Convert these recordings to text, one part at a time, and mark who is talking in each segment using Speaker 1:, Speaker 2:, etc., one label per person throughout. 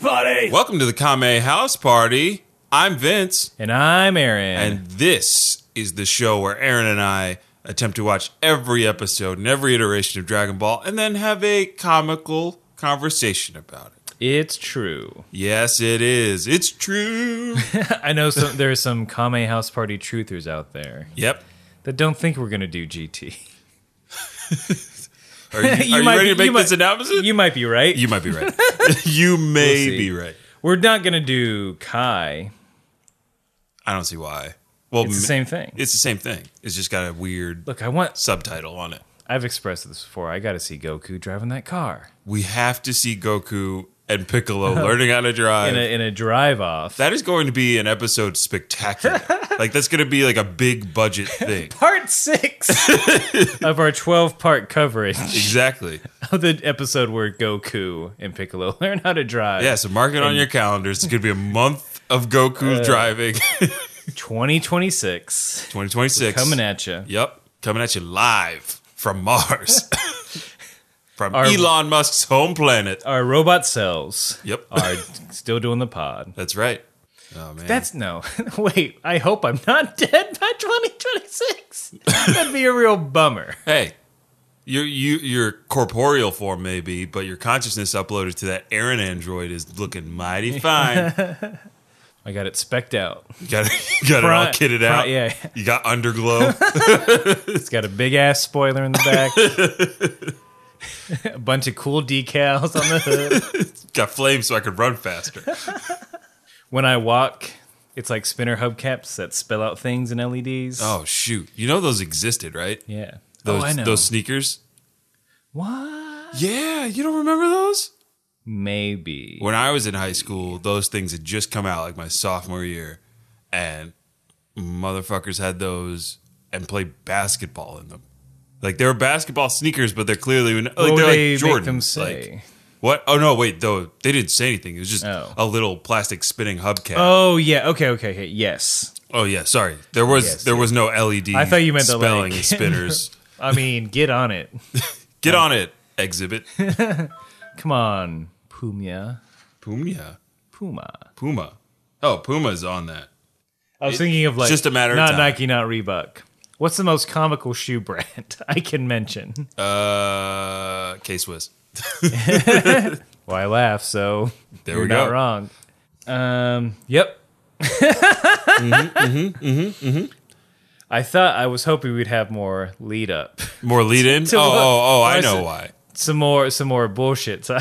Speaker 1: Welcome to the Kame House Party. I'm Vince,
Speaker 2: And I'm Aaron.
Speaker 1: and this is the show where Aaron and I attempt to watch every episode and every iteration of Dragon Ball and then have a comical conversation about it.
Speaker 2: it's true.
Speaker 1: Yes, it is. It's true.
Speaker 2: I know some, there are some Kame House Party truthers out there
Speaker 1: yep.
Speaker 2: that don't think we're going to do GT.
Speaker 1: Are you, are you
Speaker 2: might
Speaker 1: ready
Speaker 2: be-
Speaker 1: to make
Speaker 2: you
Speaker 1: this
Speaker 2: might-
Speaker 1: announcement? You,
Speaker 2: You might be right.
Speaker 1: might be right. you may
Speaker 2: see.
Speaker 1: be right.
Speaker 2: we're not going to do Kai.
Speaker 1: I don't see why. Well,
Speaker 2: It's the
Speaker 1: ma-
Speaker 2: same thing.
Speaker 1: It's the same thing. It's just got a weird
Speaker 2: Look, I want.
Speaker 1: subtitle on it.
Speaker 2: I've expressed this before. I got to see Goku driving that car
Speaker 1: We have to see Goku and Piccolo learning how to drive.
Speaker 2: in a, in a drive off.
Speaker 1: that is going to be an episode spectacular. like that's going to be like a big budget thing.
Speaker 2: part six of our 12 part coverage
Speaker 1: exactly.
Speaker 2: of the episode where Goku and Piccolo learn how to drive.
Speaker 1: Yeah. So mark it on your calendars. It's going to be a month of
Speaker 2: Uh,
Speaker 1: Goku driving.
Speaker 2: 2026
Speaker 1: 2026
Speaker 2: coming at you.
Speaker 1: Yep, coming at you live from Mars, from
Speaker 2: Our-
Speaker 1: Elon Musk's home planet.
Speaker 2: Our robot cells
Speaker 1: Yep,
Speaker 2: are still doing the pod.
Speaker 1: that's right. Oh man,
Speaker 2: That's no. Wait, I hope I'm not dead by 2026. That'd be a real bummer.
Speaker 1: hey, your you your corporeal form may be, but your consciousness uploaded to that Aaron android is looking mighty fine.
Speaker 2: I got it specked out.
Speaker 1: You got you got it all
Speaker 2: Front-
Speaker 1: kitted
Speaker 2: front-
Speaker 1: out.
Speaker 2: yeah.
Speaker 1: you got underglow.
Speaker 2: It's got a big ass spoiler in the back. a bunch of cool decals on the hood.
Speaker 1: got flames so I could run faster.
Speaker 2: When I walk, it's like spinner hubcaps that spell out things in LEDs.
Speaker 1: Oh shoot, you know those existed, right?
Speaker 2: yeah.
Speaker 1: Those
Speaker 2: oh, I know.
Speaker 1: those sneakers.
Speaker 2: what?
Speaker 1: Yeah, you don't remember those?
Speaker 2: Maybe.
Speaker 1: when I was in high school, those things had just come out like my sophomore year, and motherfuckers had those and played basketball in them. Like they were basketball sneakers, but they're clearly like
Speaker 2: What would
Speaker 1: they're
Speaker 2: they
Speaker 1: like Jordans.
Speaker 2: make them
Speaker 1: like-
Speaker 2: say?
Speaker 1: what? Oh no! Wait, though they didn't say anything. It was just
Speaker 2: Oh.
Speaker 1: a little plastic spinning hubcap. Oh,
Speaker 2: oh yeah. Okay. Okay. Okay. Yes.
Speaker 1: yeah, sorry. There was
Speaker 2: Yes,
Speaker 1: there was no LED.
Speaker 2: I thought you meant the,
Speaker 1: spelling
Speaker 2: like-
Speaker 1: spinners.
Speaker 2: I mean, get on it.
Speaker 1: Get on it, exhibit.
Speaker 2: Come on, Pumia.
Speaker 1: Puma,
Speaker 2: Puma.
Speaker 1: Puma. Oh, Puma's on that.
Speaker 2: I was thinking of like
Speaker 1: just a matter of
Speaker 2: not
Speaker 1: time.
Speaker 2: Nike, not Reebok. What's the most comical shoe brand I can mention?
Speaker 1: Uh, K Swiss.
Speaker 2: Well, I laugh, so
Speaker 1: There
Speaker 2: you're
Speaker 1: we
Speaker 2: not
Speaker 1: go.
Speaker 2: wrong. Um, yep.
Speaker 1: Mm-hmm,
Speaker 2: I thought I was hoping we'd have more lead up,
Speaker 1: More lead in?
Speaker 2: to
Speaker 1: oh,
Speaker 2: what-
Speaker 1: oh, oh, I
Speaker 2: why
Speaker 1: know
Speaker 2: is it-
Speaker 1: why.
Speaker 2: some more, some more bullshit. time.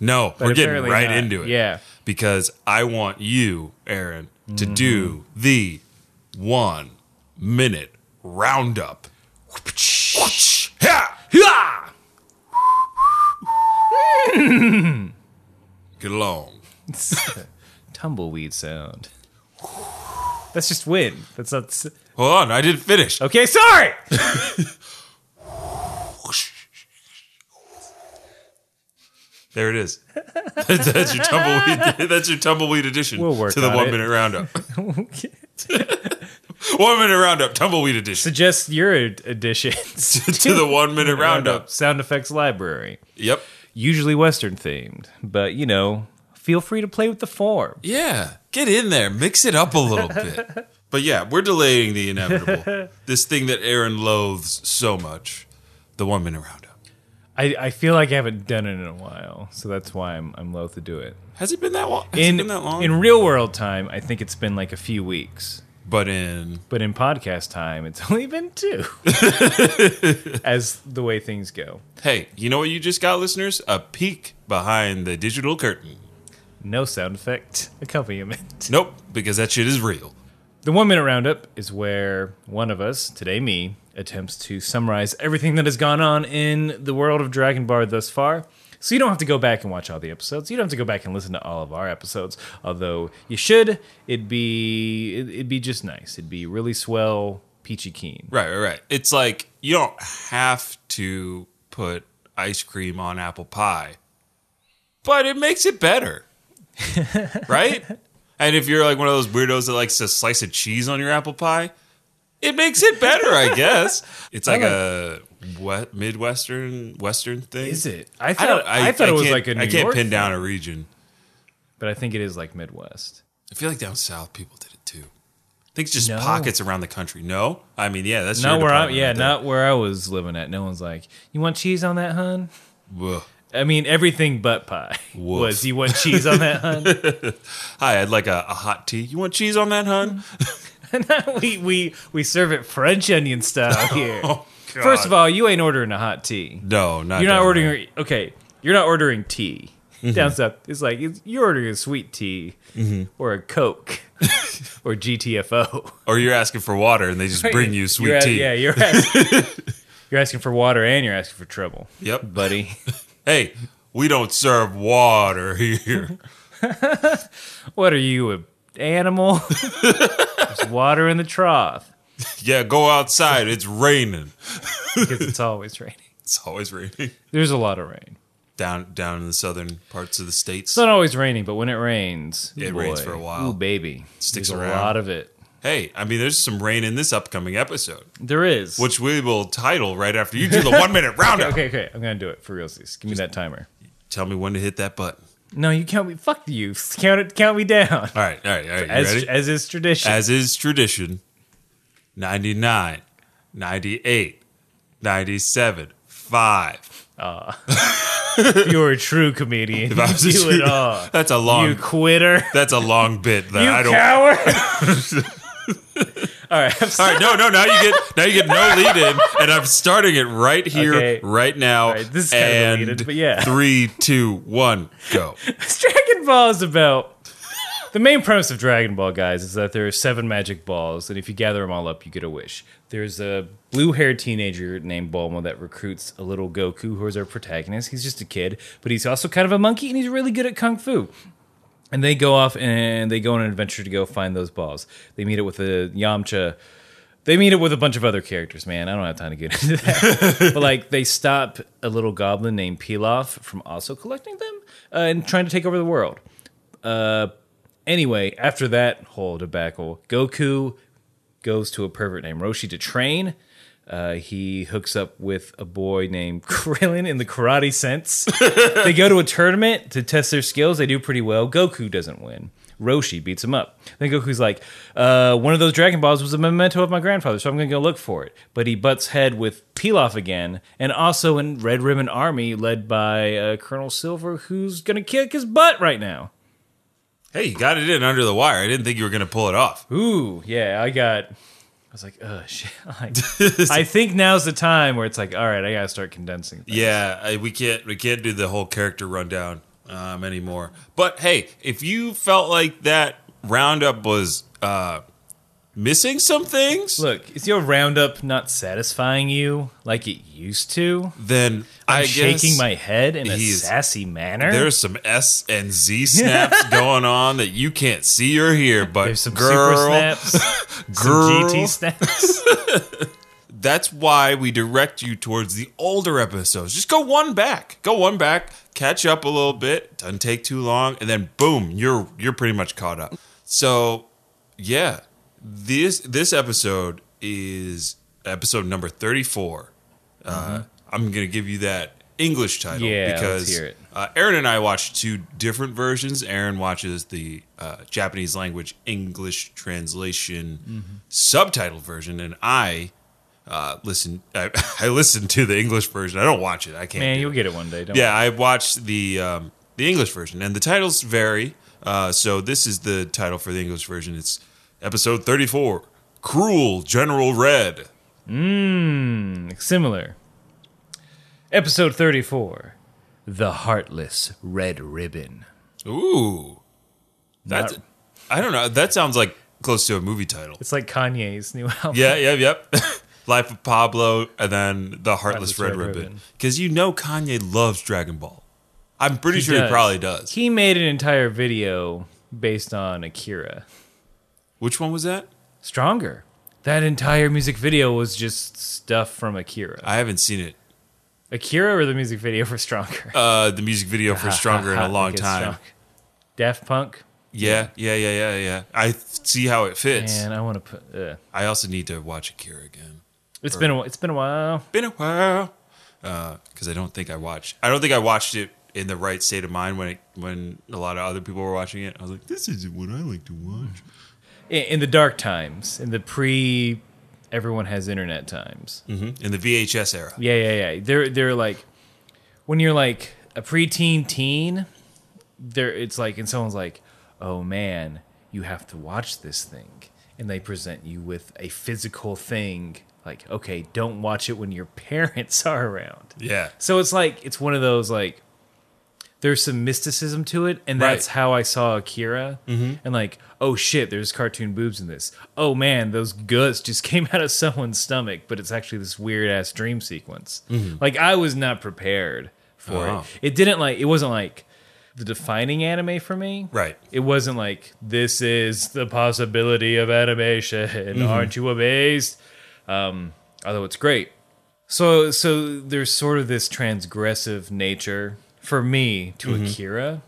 Speaker 1: No, we're getting
Speaker 2: apparently
Speaker 1: right
Speaker 2: not.
Speaker 1: into it.
Speaker 2: Yeah.
Speaker 1: Because I want you, Aaron, to
Speaker 2: Mm-hmm.
Speaker 1: do the one minute roundup. Yeah! Yeah! Get along.
Speaker 2: Tumbleweed sound. That's just wind. That's not. s-
Speaker 1: Hold on, I didn't finish.
Speaker 2: Okay, sorry.
Speaker 1: There it is. that's your tumbleweed. That's your tumbleweed edition
Speaker 2: We'll work
Speaker 1: to the
Speaker 2: on
Speaker 1: one
Speaker 2: it.
Speaker 1: minute roundup. one minute roundup, tumbleweed edition
Speaker 2: Suggest your ad- additions.
Speaker 1: to the one minute roundup.
Speaker 2: Sound effects library.
Speaker 1: Yep.
Speaker 2: Usually Western themed, but you know, feel free to play with the form.
Speaker 1: Yeah, get in there, mix it up a little bit. But yeah, we're delaying the inevitable. this thing that Aaron loathes so much, the one minute roundup.
Speaker 2: I, I feel like I haven't done it in a while, so that's why I'm, I'm loath to do it.
Speaker 1: Has it been that long? Has
Speaker 2: In,
Speaker 1: it been that long?
Speaker 2: in real world time, I think it's been like a few weeks,
Speaker 1: but in
Speaker 2: but in podcast time, it's only been two, as the way things go.
Speaker 1: hey, you know what you just got, listeners? A peek behind the digital curtain.
Speaker 2: No sound effect accompaniment.
Speaker 1: Nope, because that shit is real.
Speaker 2: The one minute roundup is where one of us, today me, attempts to summarize everything that has gone on in the world of Dragon Ball thus far. So you don't have to go back and watch all the episodes. You don't have to go back and listen to all of our episodes, although you should. It'd be it- it'd be just nice. It'd be really swell, peachy keen.
Speaker 1: Right, right, right. It's like you don't have to put ice cream on apple pie, but it makes it better, right? And if you're like one of those weirdos that likes to slice a cheese on your apple pie, it makes it better, I guess. It's like a what midwestern western thing.
Speaker 2: Is it?
Speaker 1: I
Speaker 2: I
Speaker 1: don't.
Speaker 2: thought I,
Speaker 1: I,
Speaker 2: thought
Speaker 1: I
Speaker 2: it was
Speaker 1: can't-
Speaker 2: like a New
Speaker 1: I can't
Speaker 2: York
Speaker 1: pin
Speaker 2: thing.
Speaker 1: down a region.
Speaker 2: but I think it is like Midwest.
Speaker 1: I feel like down south people did it too. I think it's just
Speaker 2: No.
Speaker 1: pockets around the country. No, I mean, yeah, that's
Speaker 2: Not
Speaker 1: your
Speaker 2: where I
Speaker 1: department
Speaker 2: yeah,
Speaker 1: right there.
Speaker 2: not where I was living at. No one's like, "You want cheese on that, hun?"
Speaker 1: Ugh.
Speaker 2: I mean, everything but pie
Speaker 1: Woof.
Speaker 2: was, "You want cheese on that, hun?"
Speaker 1: Hi, I'd like a, a hot tea. You want cheese on that, hun?
Speaker 2: we we we serve it French onion style
Speaker 1: Oh,
Speaker 2: here. First of all, you ain't ordering a hot tea.
Speaker 1: No, not
Speaker 2: Mm. You're not
Speaker 1: down
Speaker 2: ordering
Speaker 1: there.
Speaker 2: okay. You're not ordering tea.
Speaker 1: Mm-hmm.
Speaker 2: Down south, it's like it's, you're ordering a sweet tea
Speaker 1: Mm-hmm.
Speaker 2: or a Coke or GTFO.
Speaker 1: or you're asking for water, and they just bring you sweet
Speaker 2: You're a-
Speaker 1: tea.
Speaker 2: Yeah, you're asking, you're asking for water and you're asking for trouble,
Speaker 1: Yep.
Speaker 2: buddy.
Speaker 1: Hey, we don't serve water here.
Speaker 2: What are you, an animal? There's water in the trough
Speaker 1: yeah, go outside. It's raining.
Speaker 2: because it's always raining.
Speaker 1: It's always raining
Speaker 2: There's a lot of rain.
Speaker 1: down down in the southern parts of the states.
Speaker 2: It's not always raining, but when it rains,
Speaker 1: It
Speaker 2: boy,
Speaker 1: rains for a while.
Speaker 2: Ooh, baby,
Speaker 1: Sticks
Speaker 2: There's
Speaker 1: around.
Speaker 2: a lot of it.
Speaker 1: Hey, I mean, there's some rain in this upcoming episode,
Speaker 2: There is.
Speaker 1: which we will title right after you do the one minute roundup.
Speaker 2: okay, okay, I'm gonna do it for realsies. Give me that timer.
Speaker 1: Tell me when to hit that button.
Speaker 2: No, you count me. Fuck you. Count it. Count me down.
Speaker 1: All right, all right, all right. You
Speaker 2: As
Speaker 1: ready?
Speaker 2: as is tradition.
Speaker 1: As is tradition, 99, 98, 97, 5.
Speaker 2: if you were a true comedian,
Speaker 1: If I was a
Speaker 2: you do
Speaker 1: student-
Speaker 2: it all.
Speaker 1: That's a long
Speaker 2: You quitter.
Speaker 1: that's a long bit that
Speaker 2: You
Speaker 1: I don't
Speaker 2: coward. all right. I'm
Speaker 1: All
Speaker 2: sorry.
Speaker 1: right, no, no, now you get now you get no lead in and I'm starting it right here
Speaker 2: Okay.
Speaker 1: right now.
Speaker 2: right, this is kind of a
Speaker 1: and
Speaker 2: lead-in, but yeah.
Speaker 1: 3 2 1 go.
Speaker 2: Dragon Ball is about. The main premise of Dragon Ball, guys, is that there are seven magic balls, and if you gather them all up, you get a wish. There's a blue haired teenager named Bulma that recruits a little Goku, who is our protagonist. He's just a kid, but he's also kind of a monkey, and he's really good at kung fu. And they go off and they go on an adventure to go find those balls. They meet it with a Yamcha. They meet it with a bunch of other characters, man. I don't have time to get into that. but like, they stop a little goblin named Pilaf from also collecting them uh, and trying to take over the world. Uh, anyway, after that whole debacle, Goku goes to a pervert named Roshi to train. Uh, he hooks up with a boy named Krillin in the karate sense. they go to a tournament to test their skills. They do pretty well. Goku doesn't win. Roshi beats him up. Then Goku's like, uh, one of those Dragon Balls was a memento of my grandfather, so I'm going to go look for it. But he butts head with Pilaf again, and also in Red Ribbon Army, led by uh, Colonel Silver, who's going to kick his butt right now.
Speaker 1: Hey, you got it in under the wire. I didn't think you were going to pull it off.
Speaker 2: Ooh, yeah, I got. I was like, oh shit. Like, I think now's the time where it's like, all right, I gotta start condensing. things.
Speaker 1: Yeah, I, we can't we can't do the whole character rundown um, anymore. But hey, if you felt like that roundup was uh, missing some things,
Speaker 2: Look, is your roundup not satisfying you like it used to?
Speaker 1: then i
Speaker 2: I'm
Speaker 1: guess
Speaker 2: shaking my head in a
Speaker 1: he's-
Speaker 2: sassy manner.
Speaker 1: There's some S and Z snaps going on that you can't see or hear, but
Speaker 2: There's some
Speaker 1: girl,
Speaker 2: super snaps,
Speaker 1: girl,
Speaker 2: some GT snaps.
Speaker 1: that's why we direct you towards the older episodes. Just go one back, go one back, catch up a little bit. Doesn't take too long, and then boom, you're you're pretty much caught up. So, yeah, this this episode is episode number thirty Uh, I'm gonna give you that English title
Speaker 2: Mm-hmm. Yeah, let's
Speaker 1: because
Speaker 2: hear it.
Speaker 1: Uh, Aaron and I watched two different versions. Aaron watches the uh, Japanese language English translation
Speaker 2: Mm-hmm.
Speaker 1: subtitled version, and I uh, listen. I, I listen to the English version. I don't watch it. I can't.
Speaker 2: Man,
Speaker 1: do
Speaker 2: you'll
Speaker 1: it.
Speaker 2: get it one day. Don't
Speaker 1: yeah, I watched the um, the English version, and the titles vary. Uh, so this is the title for the English version. It's episode thirty four. Cruel General Red.
Speaker 2: worry. Similar. Episode 34, the heartless red ribbon.
Speaker 1: Ooh, that's.
Speaker 2: Not-
Speaker 1: I don't know. That sounds like close to a movie title.
Speaker 2: It's like Kanye's new album.
Speaker 1: Yeah, yeah, yep. Life of Pablo, and then the Heartless,
Speaker 2: Heartless
Speaker 1: Red,
Speaker 2: Red
Speaker 1: Ribbon.
Speaker 2: Ribbon.
Speaker 1: Because you know Kanye loves Dragon Ball. I'm pretty
Speaker 2: He
Speaker 1: sure he
Speaker 2: does.
Speaker 1: probably does.
Speaker 2: He made an entire video based on Akira.
Speaker 1: Which one was that?
Speaker 2: Stronger. That entire music video was just stuff from Akira.
Speaker 1: I haven't seen it.
Speaker 2: Akira or the music video for Stronger?
Speaker 1: Uh, the music video for Stronger in a long
Speaker 2: It's
Speaker 1: time.
Speaker 2: Strong. Daft Punk.
Speaker 1: Yeah, yeah, yeah, yeah, yeah. I th- see how it fits.
Speaker 2: And I want to put. Uh,
Speaker 1: I also need to watch Akira again.
Speaker 2: it's been a, wh- it's been a while.
Speaker 1: Uh, Been a while. Because I don't think I watched. I don't think I watched it in the right state of mind when it, when a lot of other people were watching it. I was like, this isn't what I like to watch.
Speaker 2: in, in the dark times, in the pre everyone has internet times.
Speaker 1: In the VHS era,
Speaker 2: Yeah, yeah, yeah. They're they're like when you're like a preteen teen, there it's like and someone's like, "Oh man, you have to watch this thing." And they present you with a physical thing like, "Okay, don't watch it when your parents are around."
Speaker 1: yeah,
Speaker 2: So it's like it's one of those like there's some mysticism to it, and that's
Speaker 1: Right. Mm-hmm.
Speaker 2: how I saw Akira. And like, oh shit, there's cartoon boobs in this. Oh man, those guts just came out of someone's stomach, but it's actually this weird ass dream sequence.
Speaker 1: Mm-hmm.
Speaker 2: Like I was not prepared for
Speaker 1: Oh.
Speaker 2: it. It didn't like it wasn't like the defining anime for me.
Speaker 1: right.
Speaker 2: It wasn't like this is the possibility of animation. Aren't you amazed? Um, although it's great. So so there's sort of this transgressive nature for me to Akira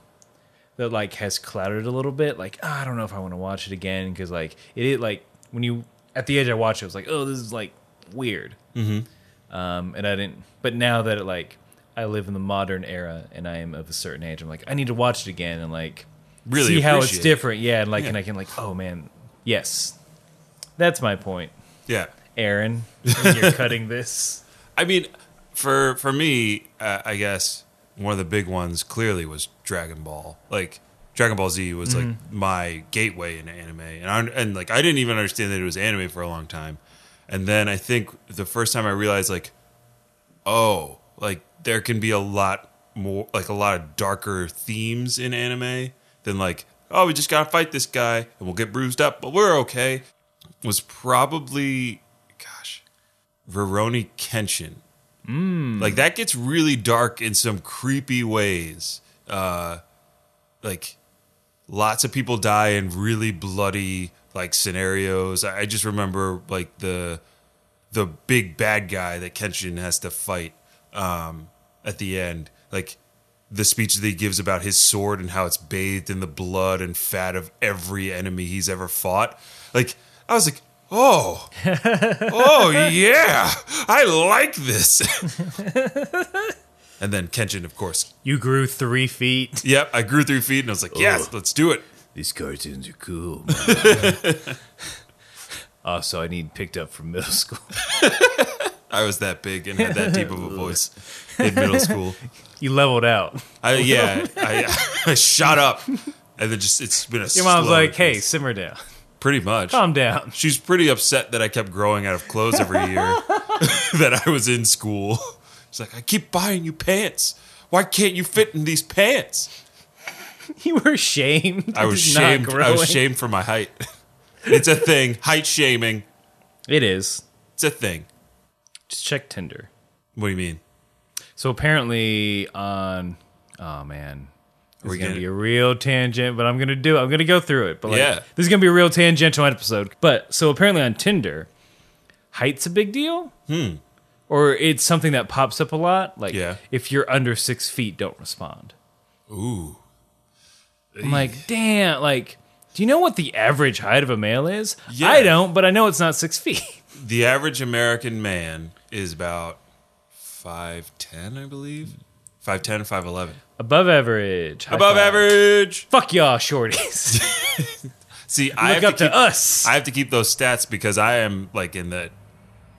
Speaker 2: that like has clouded a little bit. Like "Ah, I don't know if I want to watch it again because like it, it like when you at the edge I watched it, I was like oh this is like weird.
Speaker 1: Mm-hmm.
Speaker 2: Um, and I didn't. But now that it like I live in the modern era and I am of a certain age, I'm like I need to watch it again and like
Speaker 1: Really
Speaker 2: see how it's
Speaker 1: appreciate it.
Speaker 2: different. Yeah, and like and I can like oh man, yes, that's my point,
Speaker 1: Yeah,
Speaker 2: Aaron. when you're cutting this.
Speaker 1: I mean, for for me, uh, I guess one of the big ones clearly was Dragon Ball. Like Dragon Ball Z was like my gateway into anime, and I, and like I didn't even understand that it was anime for a long time. And then I think the first time I realized, like, oh, like there can be a lot more, like a lot of darker themes in anime than like, oh, we just gotta fight this guy and we'll get bruised up, but we're okay. Was probably, gosh, Veroni Kenshin. Like that gets really dark in some creepy ways. Uh, like lots of people die in really bloody like scenarios. I, I just remember like the the big bad guy that Kenshin has to fight um, at the end. Like the speech that he gives about his sword and how it's bathed in the blood and fat of every enemy he's ever fought. Like I was like, oh, oh yeah, I like this. and then Kenshin, of course.
Speaker 2: You grew three feet.
Speaker 1: Yep, I grew three feet and I was like, yes, let's do it.
Speaker 2: These cartoons are cool. also, I need picked up from middle school.
Speaker 1: I was that big and had that deep of a voice in middle school.
Speaker 2: You leveled out.
Speaker 1: I, yeah, I, I shot up, and then just it's been a.
Speaker 2: Your mom's like, "Hey, simmer down,
Speaker 1: pretty much."
Speaker 2: calm down."
Speaker 1: She's pretty upset that I kept growing out of clothes every year that I was in school. She's like, "I keep buying you pants. Why can't you fit in these pants?"
Speaker 2: You were shamed.
Speaker 1: I was
Speaker 2: It's not
Speaker 1: shamed. I was
Speaker 2: growing.
Speaker 1: shamed for my height. It's a thing. Height shaming.
Speaker 2: It is.
Speaker 1: It's a thing.
Speaker 2: Just check Tinder.
Speaker 1: What do you mean?
Speaker 2: So apparently on oh man. This
Speaker 1: we
Speaker 2: is gonna
Speaker 1: gonna-
Speaker 2: be a real tangent, but I'm gonna do it. I'm gonna go through it. But like
Speaker 1: Yeah.
Speaker 2: this is gonna be a real tangential episode. But so apparently on Tinder, height's a big deal. Hmm. Or it's something that pops up a lot. Like
Speaker 1: Yeah.
Speaker 2: if you're under six feet, don't respond.
Speaker 1: Ooh,
Speaker 2: I'm like, damn, like, do you know what the average height of a male is?
Speaker 1: Yeah.
Speaker 2: I don't, but I know it's not six feet.
Speaker 1: the average American man is about five ten, I believe. 5'10", 5'11".
Speaker 2: Above average. high
Speaker 1: Above
Speaker 2: five.
Speaker 1: average.
Speaker 2: Fuck y'all, shorties.
Speaker 1: See, I
Speaker 2: Look
Speaker 1: have
Speaker 2: up
Speaker 1: to
Speaker 2: to,
Speaker 1: keep
Speaker 2: us.
Speaker 1: I have to keep those stats because I am like in the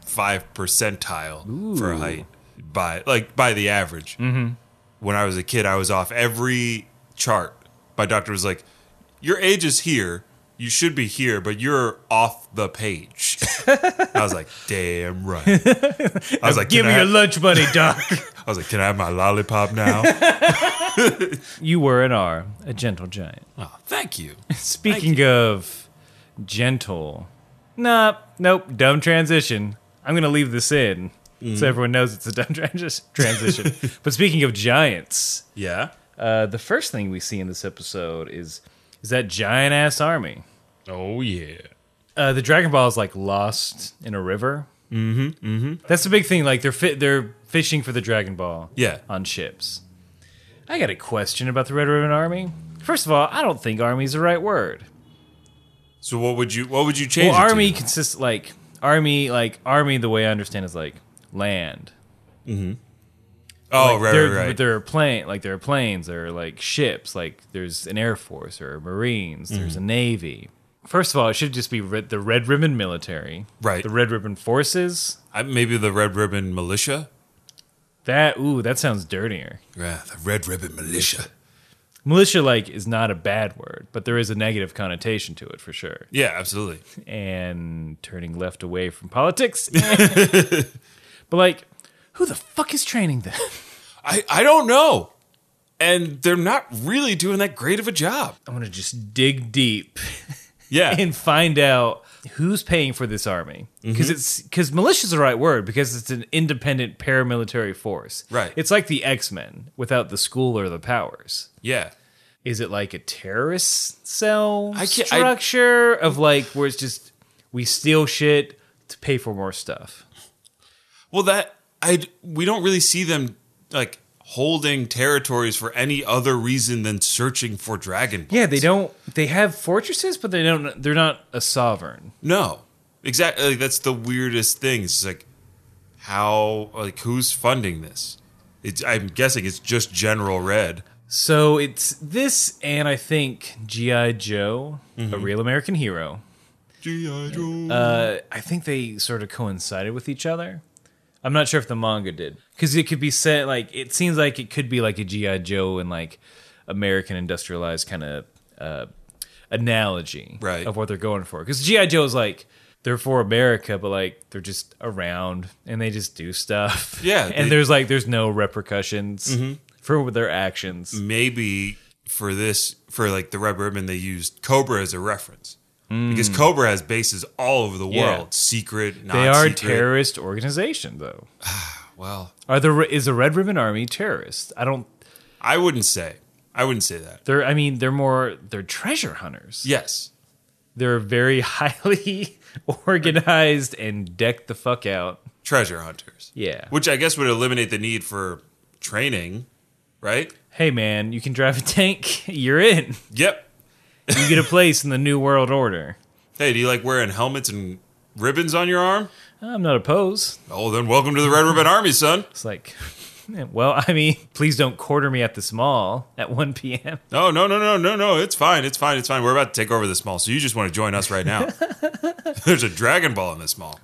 Speaker 1: five percentile for height by like by the average. Mm-hmm. When I was a kid, I was off every chart. My doctor was like, "Your age is here. You should be here, but you're off the page." I was like, "Damn right." I was like,
Speaker 2: Give
Speaker 1: "Can I
Speaker 2: me your
Speaker 1: have-"
Speaker 2: lunch money, doc.
Speaker 1: I was like, "Can I have my lollipop now?"
Speaker 2: you were and are a gentle giant.
Speaker 1: oh, thank you.
Speaker 2: Speaking of gentle, nah, nope, dumb transition. I'm going to leave this in
Speaker 1: Mm.
Speaker 2: so everyone knows it's a dumb trans- transition. but speaking of giants,
Speaker 1: Yeah.
Speaker 2: uh, the first thing we see in this episode is is that giant ass army.
Speaker 1: Oh yeah.
Speaker 2: uh, the Dragon Ball is like lost in a river. Mm-hmm. Mm-hmm. That's the big thing. Like they're fi- they're fishing for the Dragon Ball.
Speaker 1: Yeah.
Speaker 2: On ships. I got a question about the Red Ribbon Army. First of all, I don't think army is the right word.
Speaker 1: So what would you what would you change?
Speaker 2: Well,
Speaker 1: it to?
Speaker 2: army consists like army like army. The way I understand is like land. Mm-hmm.
Speaker 1: Oh,
Speaker 2: Like,
Speaker 1: right,
Speaker 2: there,
Speaker 1: right, right.
Speaker 2: There are plane, like there are planes, there are like ships, like there's an air force or marines, there's a
Speaker 1: Mm-hmm.
Speaker 2: navy. First of all, it should just be red, the red ribbon military,
Speaker 1: Right.
Speaker 2: The red ribbon forces.
Speaker 1: I, maybe the Red Ribbon Militia.
Speaker 2: That ooh, that sounds dirtier.
Speaker 1: Yeah, the Red Ribbon Militia.
Speaker 2: Militia like is not a bad word, but there is a negative connotation to it for sure.
Speaker 1: Yeah, absolutely.
Speaker 2: And turning left away from politics, but like, who the fuck is training them?
Speaker 1: I, I don't know. And they're not really doing that great of a job.
Speaker 2: I want to just dig deep
Speaker 1: Yeah.
Speaker 2: and find out who's paying for this army because it's because militia's the right word because it's an independent paramilitary force
Speaker 1: Right.
Speaker 2: it's like the x-men without the school or the powers
Speaker 1: yeah.
Speaker 2: is it like a terrorist cell
Speaker 1: I can't- I-
Speaker 2: structure of like where it's just we steal shit to pay for more stuff
Speaker 1: Well, that I we don't really see them like holding territories for any other reason than searching for dragon.
Speaker 2: yeah they don't they have fortresses but they don't they're not a sovereign
Speaker 1: No, exactly. Like, that's the weirdest thing. It's just like how like who's funding this? It's, I'm guessing it's just General Red.
Speaker 2: So it's this, and I think G.I. Joe, a real American hero.
Speaker 1: G.I. Joe.
Speaker 2: Uh, I think they sort of coincided with each other. I'm not sure if the manga did. Because it could be said, like, it seems like it could be like a G.I. Joe and like American industrialized kind of uh, analogy
Speaker 1: Right.
Speaker 2: of what they're going for. Because G.I. Joe is like, they're for America, but like they're just around and they just do stuff.
Speaker 1: Yeah,
Speaker 2: and
Speaker 1: they- Mm-hmm.
Speaker 2: there's like, there's no repercussions for their actions.
Speaker 1: Mm, Maybe for this for like the Red Ribbon, they used Cobra as a reference. Because Cobra has bases all over the world,
Speaker 2: Hmm. Yeah.
Speaker 1: secret, not
Speaker 2: They are a
Speaker 1: secret.
Speaker 2: terrorist organization, though.
Speaker 1: Well,
Speaker 2: Are the is the Red Ribbon Army terrorist? I don't.
Speaker 1: I wouldn't say. I wouldn't say that.
Speaker 2: They're. I mean, they're more. They're treasure hunters.
Speaker 1: Yes,
Speaker 2: They're very highly organized and decked the fuck out.
Speaker 1: treasure hunters.
Speaker 2: Yeah.
Speaker 1: Which I guess would eliminate the need for training, right?
Speaker 2: Hey man, you can drive a tank. You're in.
Speaker 1: Yep.
Speaker 2: You get a place in the New World Order.
Speaker 1: Hey, do you like wearing helmets and ribbons on your arm?
Speaker 2: I'm not opposed.
Speaker 1: Oh, then welcome to the Red Ribbon Army, son.
Speaker 2: It's like, eh, well, I mean, please don't quarter me at this mall at 1 p.m.
Speaker 1: No, no, no, no, no, no. It's fine. It's fine. It's fine. We're about to take over this mall, so you just want to join us right now. There's a Dragon Ball in this mall.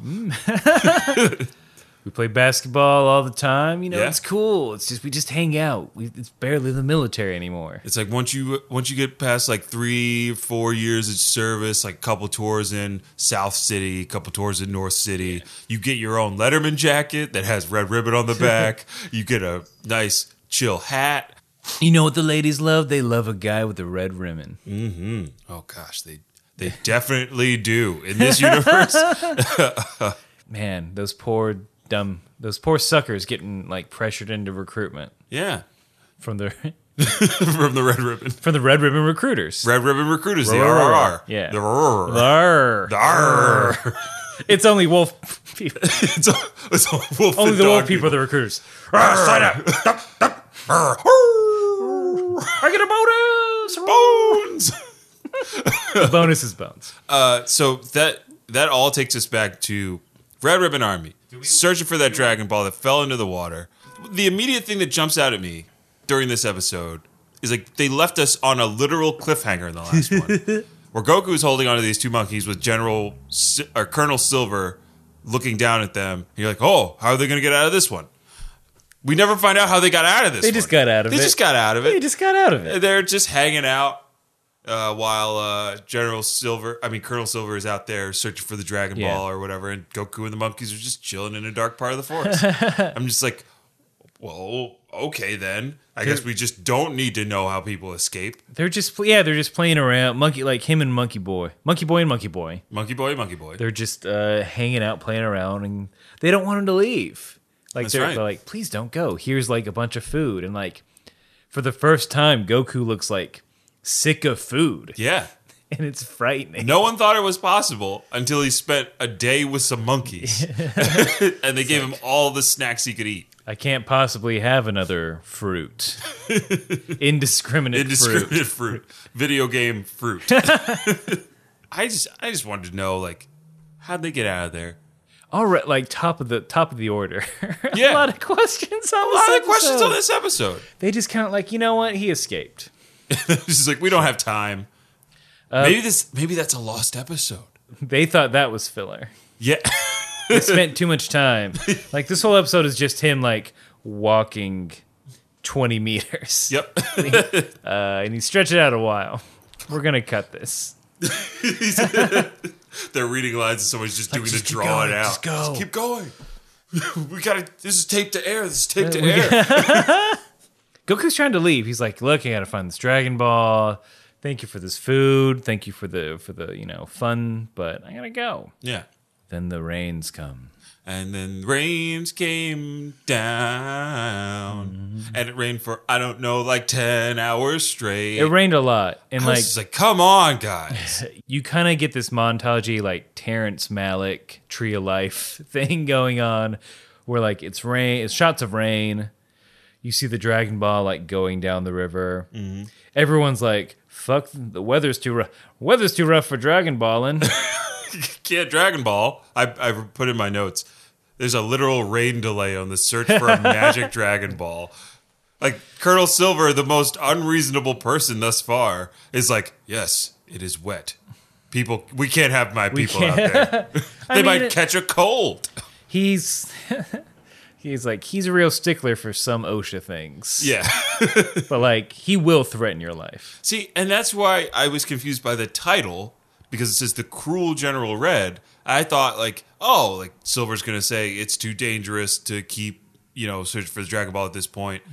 Speaker 2: We play basketball all the time. You know,
Speaker 1: Yeah.
Speaker 2: it's cool. It's just we just hang out. We, it's barely the military anymore.
Speaker 1: It's like once you once you get past like three, four years of service, like couple tours in South City, couple tours in North City, you get your own Letterman jacket that has red ribbon on the back. you get a nice chill hat.
Speaker 2: You know what the ladies love? They love a guy with a red ribbon.
Speaker 1: Oh gosh, they they definitely do in this universe.
Speaker 2: Man, those poor dumb, those poor suckers getting like pressured into recruitment
Speaker 1: yeah,
Speaker 2: from the
Speaker 1: from the red ribbon,
Speaker 2: from the red ribbon recruiters.
Speaker 1: red ribbon recruiters, the RRR.
Speaker 2: Roar. Yeah.
Speaker 1: the RRR.
Speaker 2: Arr.
Speaker 1: The RRR.
Speaker 2: It's only wolf. People.
Speaker 1: It's, it's only wolf
Speaker 2: Only
Speaker 1: and
Speaker 2: the
Speaker 1: dog
Speaker 2: wolf people are the recruiters.
Speaker 1: Arr, sign up. Arr, arr.
Speaker 2: I get a
Speaker 1: Bones.
Speaker 2: bonus. bonus is bones.
Speaker 1: Uh, so that that all takes us back to Red Ribbon Army searching for that Dragon Ball that fell into the water. The immediate thing that jumps out at me during this episode is like they left us on a literal cliffhanger in the last one, where Goku's holding onto these two monkeys with General Si- or Colonel Silver looking down at them. And you're like, oh, how are they going to get out of this one? We never find out how they got out of this.
Speaker 2: They just
Speaker 1: one.
Speaker 2: got out of
Speaker 1: They
Speaker 2: it.
Speaker 1: just got out of it
Speaker 2: They just got out of it.
Speaker 1: they're just hanging out uh, while uh, General Silver, I mean Colonel Silver, is out there searching for the Dragon
Speaker 2: Yeah.
Speaker 1: Ball or whatever, and Goku and the monkeys are just chilling in a dark part of the forest. I'm just like, well, okay then. I guess we just don't need to know how people escape.
Speaker 2: They're just yeah, they're just playing around. Monkey like him and Monkey Boy, Monkey Boy and Monkey Boy.
Speaker 1: Monkey boy, monkey boy.
Speaker 2: They're just uh, hanging out, playing around, and they don't want him to leave. Like
Speaker 1: That's
Speaker 2: they're,
Speaker 1: right.
Speaker 2: they're like, please don't go. Here's like a bunch of food, and like for the first time, Goku looks like sick of food,
Speaker 1: yeah.
Speaker 2: and it's frightening.
Speaker 1: No one thought it was possible until he spent a day with some monkeys, and they gave him all the snacks he could eat.
Speaker 2: I can't possibly have another fruit. Indiscriminate, fruit.
Speaker 1: indiscriminate fruit. video game fruit. I just I just wanted to know like how'd they get out of there?
Speaker 2: all right, like top of the top of the order.
Speaker 1: Yeah.
Speaker 2: a lot of questions. On
Speaker 1: A lot of questions on this episode.
Speaker 2: They just kind of like, you know what? He escaped.
Speaker 1: She's like, we don't have time.
Speaker 2: Uh,
Speaker 1: maybe this, maybe that's a lost episode.
Speaker 2: They thought that was filler.
Speaker 1: Yeah,
Speaker 2: They spent too much time. Like this whole episode is just him like walking twenty meters.
Speaker 1: yep.
Speaker 2: Uh, and he stretched it out a while. We're gonna cut this.
Speaker 1: They're reading lines, and someone's just doing to
Speaker 2: just keep
Speaker 1: draw
Speaker 2: going,
Speaker 1: it out.
Speaker 2: just go.
Speaker 1: keep going. we gotta. This is taped to air. This is taped to air.
Speaker 2: Goku's trying to leave. He's like, "Look, I gotta find this Dragon Ball. Thank you for this food. Thank you for the for the you know fun, but I gotta go."
Speaker 1: yeah.
Speaker 2: Then the rains come.
Speaker 1: And then rains came down,
Speaker 2: Mm-hmm.
Speaker 1: and it rained for I don't know, like ten hours straight.
Speaker 2: It rained a lot, and
Speaker 1: I was
Speaker 2: like
Speaker 1: just like, come on, guys.
Speaker 2: you kind of get this montage like Terrence Malick Tree of Life thing going on, where like it's rain, it's shots of rain. You see the Dragon Ball like going down the river.
Speaker 1: Mm-hmm.
Speaker 2: Everyone's like, "Fuck, the weather's too rough. Weather's too rough for Dragon Balling."
Speaker 1: yeah, Dragon Ball. I I put in my notes. There's a literal rain delay on the search for a magic Dragon Ball. Like Colonel Silver, the most unreasonable person thus far, is like, yes, it is wet. People, we can't have my people out there. they
Speaker 2: mean,
Speaker 1: might
Speaker 2: it-
Speaker 1: catch a cold.
Speaker 2: he's he's like he's a real stickler for some OSHA things,
Speaker 1: Yeah.
Speaker 2: but like he will threaten your life.
Speaker 1: See, and that's why I was confused by the title because it says the cruel General Red. I thought like, oh, like Silver's gonna say it's too dangerous to keep you know search for the Dragon Ball at this point,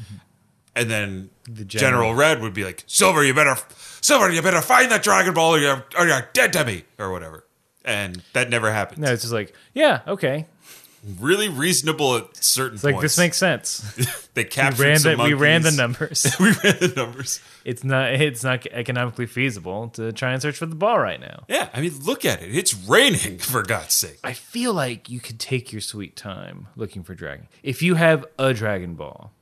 Speaker 1: and then General.
Speaker 2: Mm-hmm. General.
Speaker 1: Red would be like, Silver, you better, Silver, you better find that Dragon Ball or you're or you're dead to me or whatever. And that never happened.
Speaker 2: No, it's just like yeah, okay,
Speaker 1: Really reasonable at certain
Speaker 2: like
Speaker 1: points.
Speaker 2: this makes sense.
Speaker 1: they captured
Speaker 2: Ran
Speaker 1: some
Speaker 2: the, we ran the
Speaker 1: monkeys.
Speaker 2: numbers.
Speaker 1: we ran the numbers.
Speaker 2: it's not it's not economically feasible to try and search for the ball right now.
Speaker 1: Yeah, I mean, look at it. It's raining for God's sake.
Speaker 2: I feel like you could take your sweet time looking for dragon. If you have a Dragon Ball,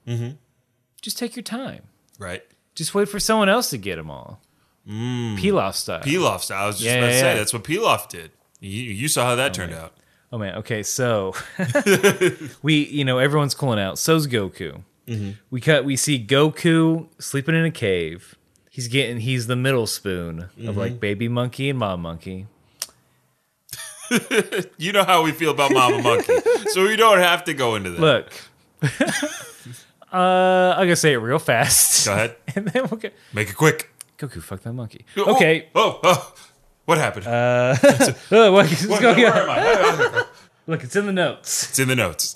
Speaker 2: just take your time.
Speaker 1: Right.
Speaker 2: Just wait for someone else to get them all. Pilaf style.
Speaker 1: Pilaf style. I was just
Speaker 2: Yeah,
Speaker 1: about to
Speaker 2: yeah,
Speaker 1: say
Speaker 2: yeah.
Speaker 1: that's what Pilaf did. You, you saw how that turned out.
Speaker 2: Oh man, okay, so we you know everyone's cooling out. So's Goku. We cut. We see Goku sleeping in a cave. He's getting. He's the middle spoon of like baby monkey and mom monkey.
Speaker 1: You know how we feel about Mama Monkey, so we don't have to go into that.
Speaker 2: Look, uh, I'm gonna say it real fast,
Speaker 1: Go ahead,
Speaker 2: and then we'll go.
Speaker 1: make it quick.
Speaker 2: Goku, fuck that monkey.
Speaker 1: Oh,
Speaker 2: Okay,
Speaker 1: Oh, oh, what happened?
Speaker 2: uh, what- let's
Speaker 1: What-
Speaker 2: go
Speaker 1: where
Speaker 2: here.
Speaker 1: am I?
Speaker 2: Look, it's in the notes.
Speaker 1: It's in the notes.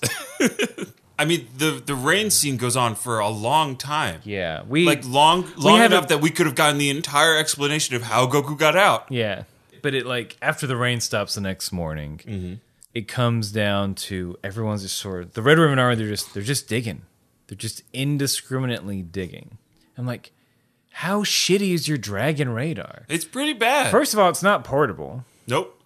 Speaker 1: I mean, the the rain scene goes on for a long time.
Speaker 2: Yeah, we
Speaker 1: Like long, long
Speaker 2: haven't-
Speaker 1: enough that we could have gotten the entire explanation of how Goku got out.
Speaker 2: Yeah. But it like after the rain stops the next morning,
Speaker 1: Mm-hmm.
Speaker 2: it comes down to everyone's just sort of the Red Ribbon Army, they're just they're just digging. They're just indiscriminately digging. I'm like, how shitty is your dragon radar?
Speaker 1: It's pretty bad.
Speaker 2: First of all, it's not portable.
Speaker 1: nope.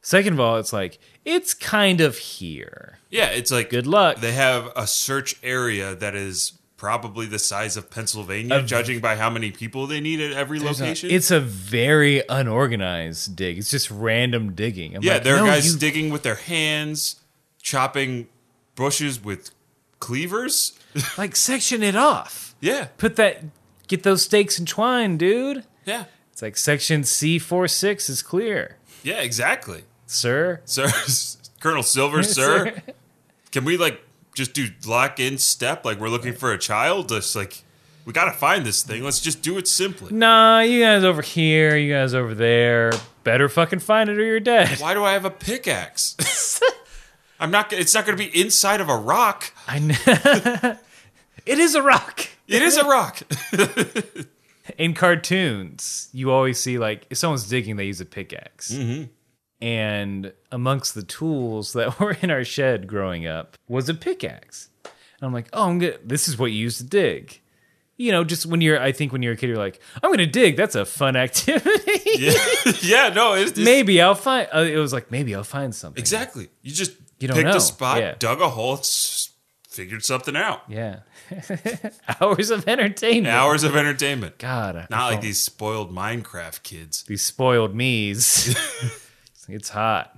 Speaker 2: Second of all, it's like, it's kind of here.
Speaker 1: Yeah, it's like
Speaker 2: Good luck.
Speaker 1: They have a search area that is probably the size of Pennsylvania, judging by how many people they need at every
Speaker 2: It's not-
Speaker 1: location.
Speaker 2: It's a very unorganized dig. It's just random digging. I'm
Speaker 1: yeah,
Speaker 2: like,
Speaker 1: there are
Speaker 2: no,
Speaker 1: guys
Speaker 2: you-
Speaker 1: digging with their hands, chopping bushes with cleavers.
Speaker 2: like section it off.
Speaker 1: Yeah,
Speaker 2: Put that get those stakes entwined, dude.
Speaker 1: yeah,
Speaker 2: It's like section C46 is clear,
Speaker 1: yeah, exactly.
Speaker 2: sir.
Speaker 1: Sir, Colonel Silver, sir, can we like just do lock in step? Like we're looking for a child. Just like we got to find this thing. Let's just do it simply.
Speaker 2: Nah, you guys over here, you guys over there. Better fucking find it or you're dead.
Speaker 1: Why do I have a pickaxe? I'm not. It's not going to be inside of a rock.
Speaker 2: I know. it is a rock.
Speaker 1: It is a rock.
Speaker 2: In cartoons, you always see like if someone's digging, they use a pickaxe.
Speaker 1: Mm-hmm.
Speaker 2: And amongst the tools that were in our shed growing up was a pickaxe. And I'm like, oh, I'm gonna, this is what you use to dig. You know, just when you're, I think when you're a kid, you're like, I'm gonna dig. That's a fun activity.
Speaker 1: yeah, yeah, no, it's, it's-
Speaker 2: maybe I'll find. Uh, it was like maybe I'll find something.
Speaker 1: exactly. You just
Speaker 2: You don't
Speaker 1: picked
Speaker 2: know.
Speaker 1: a spot,
Speaker 2: Yeah.
Speaker 1: dug a hole, s- figured something out.
Speaker 2: Yeah. Hours of entertainment.
Speaker 1: Hours of entertainment.
Speaker 2: God. I
Speaker 1: Not like
Speaker 2: felt-
Speaker 1: these spoiled Minecraft kids.
Speaker 2: these spoiled me's. it's hot.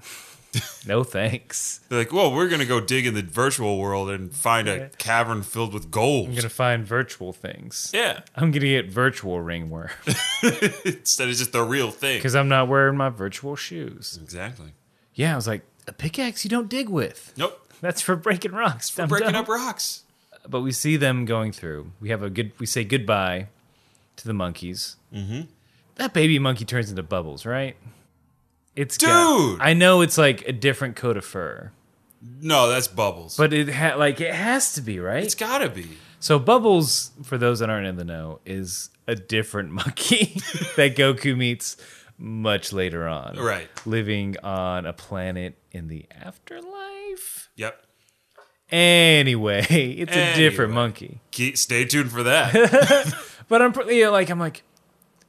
Speaker 2: No thanks.
Speaker 1: They're like, well, we're going to go dig in the virtual world and find a cavern filled with gold.
Speaker 2: I'm gonna find virtual things.
Speaker 1: yeah.
Speaker 2: I'm gonna get virtual ringworm
Speaker 1: Instead of just the real thing.
Speaker 2: because I'm not wearing my virtual shoes.
Speaker 1: Exactly.
Speaker 2: Yeah, I was like, a pickaxe you don't dig with.
Speaker 1: Nope.
Speaker 2: That's for breaking rocks.
Speaker 1: We're breaking up rocks.
Speaker 2: But we see them going through. We have a good. We say goodbye to the monkeys. Mm-hmm. That baby monkey turns into bubbles, right? It's got-
Speaker 1: Dude!
Speaker 2: I know it's like a different coat of fur,
Speaker 1: No, that's bubbles.
Speaker 2: but it ha- like it has to be right.
Speaker 1: it's got to be.
Speaker 2: So Bubbles, for those that aren't in the know, is a different monkey that Goku meets much later on.
Speaker 1: Right.
Speaker 2: Living on a planet in the afterlife.
Speaker 1: Yep.
Speaker 2: Anyway, it's a different
Speaker 1: Anyway.
Speaker 2: monkey.
Speaker 1: Keep, stay tuned for that.
Speaker 2: But I'm pretty yeah, like I'm like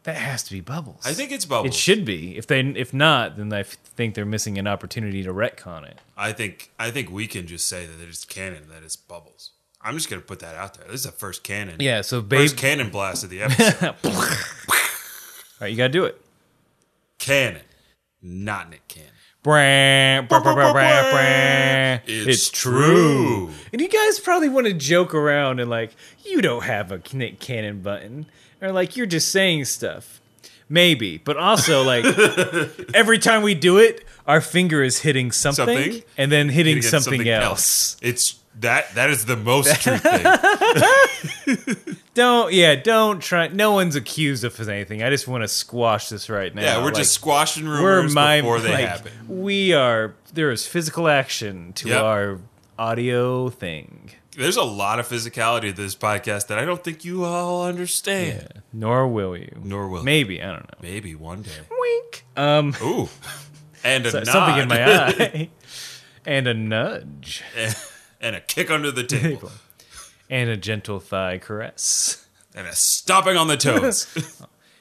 Speaker 2: that has to be Bubbles.
Speaker 1: I think it's bubbles.
Speaker 2: it should be. If they if not, then I f- think they're missing an opportunity to retcon it.
Speaker 1: I think I think we can just say that it's canon that it's bubbles. I'm just gonna put that out there. This is the first canon.
Speaker 2: Yeah, so babe
Speaker 1: First cannon blast of the episode.
Speaker 2: All right, you got to do it.
Speaker 1: canon, not Nick Cannon.
Speaker 2: Brah, brah, brah, brah, brah, brah.
Speaker 1: It's true.
Speaker 2: And you guys probably want to joke around and like, you don't have a Nick Cannon button, or like you're just saying stuff. Maybe, but also like every time we do it, our finger is hitting something,
Speaker 1: Something.
Speaker 2: and then hitting,
Speaker 1: Against
Speaker 2: something, else.
Speaker 1: It's that. That is the most true thing.
Speaker 2: Don't yeah, don't try. No one's accused of anything. I just want to squash this right now.
Speaker 1: Yeah, we're
Speaker 2: Like,
Speaker 1: just squashing rumors
Speaker 2: we're my
Speaker 1: before they
Speaker 2: like,
Speaker 1: happen.
Speaker 2: We are there is physical action to
Speaker 1: Yep.
Speaker 2: our audio thing.
Speaker 1: There's a lot of physicality to this podcast that I don't think you all understand.
Speaker 2: Nor will you.
Speaker 1: Nor will
Speaker 2: Maybe I don't know.
Speaker 1: maybe one day.
Speaker 2: Wink. Um,
Speaker 1: Ooh, and a nod,
Speaker 2: something in my eye, and a nudge,
Speaker 1: and a kick under the table,
Speaker 2: and a gentle thigh caress,
Speaker 1: and a stomping on the toes.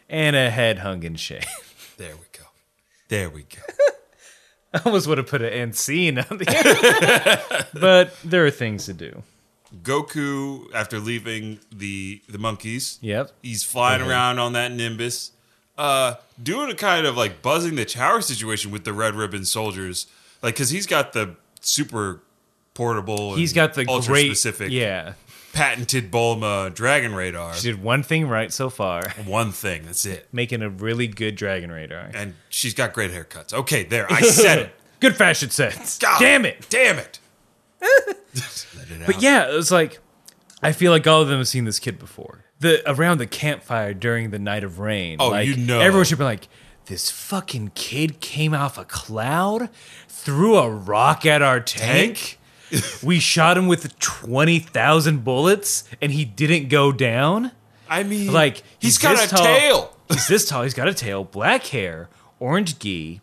Speaker 2: and a head hung in shame.
Speaker 1: there we go. There we go.
Speaker 2: I almost would have put an end scene on the end, but there are things to do.
Speaker 1: Goku, after leaving the the monkeys,
Speaker 2: Yep.
Speaker 1: he's flying around on that Nimbus, uh, doing a kind of like buzzing the tower situation with the Red Ribbon soldiers, like because he's got the super portable.
Speaker 2: He's
Speaker 1: and
Speaker 2: got the
Speaker 1: ultra
Speaker 2: great,
Speaker 1: specific,
Speaker 2: yeah.
Speaker 1: patented Bulma Dragon Radar.
Speaker 2: She did one thing right so far,
Speaker 1: One thing, that's it.
Speaker 2: making a really good Dragon Radar.
Speaker 1: And she's got great haircuts. Okay, there, I said it.
Speaker 2: Good fashion sense.
Speaker 1: God
Speaker 2: Damn it.
Speaker 1: Damn it! Let it
Speaker 2: But
Speaker 1: out.
Speaker 2: yeah, it was like I feel like all of them have seen this kid before. The around the campfire during the night of rain.
Speaker 1: Oh,
Speaker 2: like,
Speaker 1: you know.
Speaker 2: everyone should be like, this fucking kid came off a cloud, threw a rock at our tank. we shot him with twenty thousand bullets, and he didn't go down.
Speaker 1: I mean,
Speaker 2: Like
Speaker 1: Mm. he's got
Speaker 2: this
Speaker 1: a
Speaker 2: tall-
Speaker 1: tail.
Speaker 2: he's this tall. He's got a tail, black hair, orange gi.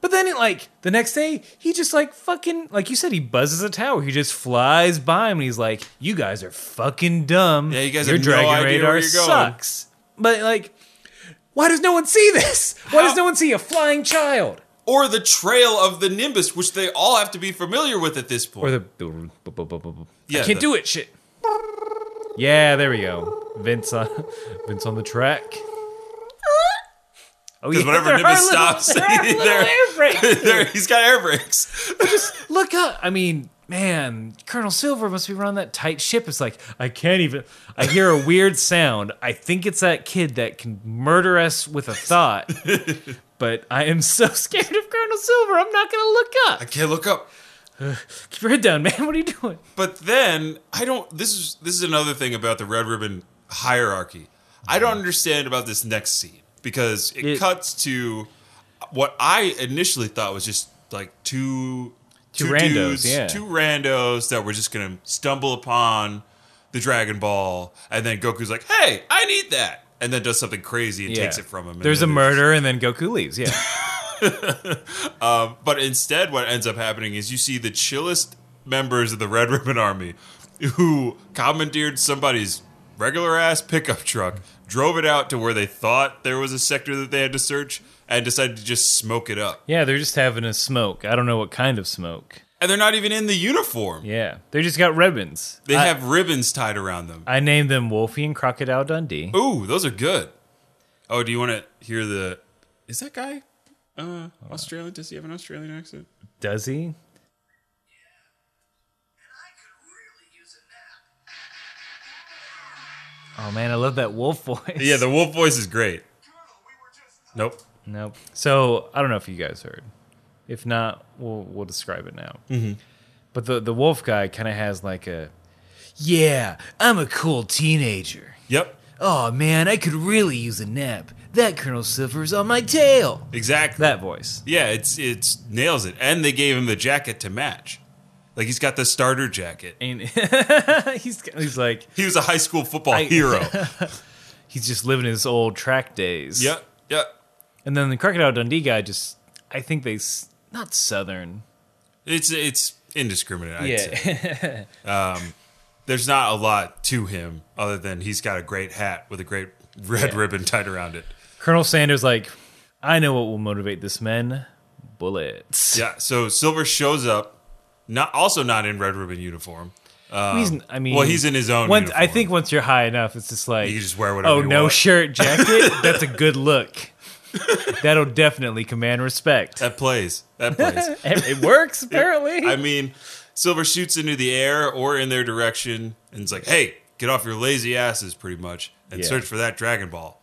Speaker 2: But then, it, like the next day, he just like fucking like you said, he buzzes a tower. He just flies by him, and he's like, "You guys are fucking dumb.
Speaker 1: Yeah, you guys
Speaker 2: Your
Speaker 1: have no
Speaker 2: Dragon
Speaker 1: idea where
Speaker 2: Radar
Speaker 1: you're going."
Speaker 2: sucks." But like, why does no one see this? Why
Speaker 1: How-
Speaker 2: does no one see a flying child
Speaker 1: or the trail of the Nimbus, which they all have to be familiar with at this point.
Speaker 2: or the? Yeah,
Speaker 1: Yeah,
Speaker 2: I
Speaker 1: the-
Speaker 2: can't do it. Shit. Yeah, there we go. Vince on Vince on the track. Oh yeah,
Speaker 1: whenever
Speaker 2: there are
Speaker 1: Nimbus
Speaker 2: little-
Speaker 1: stops,
Speaker 2: there are little
Speaker 1: there-
Speaker 2: air brakes.
Speaker 1: there, he's got air brakes.
Speaker 2: look up. I mean, man, Colonel Silver must be running that tight ship. It's like I can't even. I hear a weird sound. I think it's that kid that can murder us with a thought. but I am so scared of Colonel Silver. I'm not gonna look
Speaker 1: I
Speaker 2: up.
Speaker 1: can't look up.
Speaker 2: Keep your head down, man. What are you doing?
Speaker 1: But then I don't. This is this is another thing about the red ribbon hierarchy. I don't understand about this next scene because it,
Speaker 2: It-
Speaker 1: cuts to what I initially thought was just like two
Speaker 2: Two randos, yeah.
Speaker 1: two randos that were just gonna stumble upon the Dragon Ball, and then Goku's like, "Hey, I need that," and then does something crazy and takes it from him. and
Speaker 2: There's a
Speaker 1: then they-
Speaker 2: murder, and then Goku leaves. Yeah.
Speaker 1: But instead, what ends up happening is you see the chillest members of the Red Ribbon Army who commandeered somebody's regular ass pickup truck, drove it out to where they thought there was a sector that they had to search, and decided to just smoke it up.
Speaker 2: Yeah, they're just having a smoke. I don't know what kind of smoke.
Speaker 1: And they're not even in the uniform.
Speaker 2: Yeah, they just got ribbons.
Speaker 1: They
Speaker 2: I,
Speaker 1: have ribbons tied around them.
Speaker 2: I named them Wolfie and Crocodile Dundee.
Speaker 1: Ooh, those are good. Oh, do you want to hear the. Is that guy uh, Australian? Does he have an Australian accent?
Speaker 2: Does he? Oh man, I love that wolf voice.
Speaker 1: Yeah, the wolf voice is great. Nope.
Speaker 2: Nope. So I don't know if you guys heard. If not, we'll we'll describe it now.
Speaker 1: Mm-hmm.
Speaker 2: But the the wolf guy kind of has like a, yeah, I'm a cool teenager.
Speaker 1: Yep.
Speaker 2: Oh man, I could really use a nap. That Colonel Silver's on my tail.
Speaker 1: Exactly.
Speaker 2: That voice.
Speaker 1: Yeah, it's it's nails it. And they gave him the jacket to match. Like he's got the starter jacket.
Speaker 2: And he's he's like
Speaker 1: He was a high school football
Speaker 2: I-
Speaker 1: hero.
Speaker 2: he's just living his old track days.
Speaker 1: yep. Yep.
Speaker 2: And then the Crocodile Dundee guy just I think they s- not southern.
Speaker 1: It's it's indiscriminate. I'd say. There's not a lot to him other than he's got a great hat with a great red ribbon tied around it.
Speaker 2: Colonel Sanders like I know what will motivate this man. Bullets.
Speaker 1: Yeah. So Silver shows up, not also not in red ribbon uniform.
Speaker 2: He's, I mean,
Speaker 1: Um, well, he's in his own
Speaker 2: Once, I
Speaker 1: uniform.
Speaker 2: think once you're high enough, it's just like
Speaker 1: You can just wear whatever
Speaker 2: Oh,
Speaker 1: you
Speaker 2: no
Speaker 1: want.
Speaker 2: shirt, jacket. That's a good look. That'll definitely command respect.
Speaker 1: That plays. That plays.
Speaker 2: It works apparently.
Speaker 1: I mean, Silver shoots into the air or in their direction and it's like, hey, get off your lazy asses, pretty much, and
Speaker 2: Yeah.
Speaker 1: search for that Dragon Ball.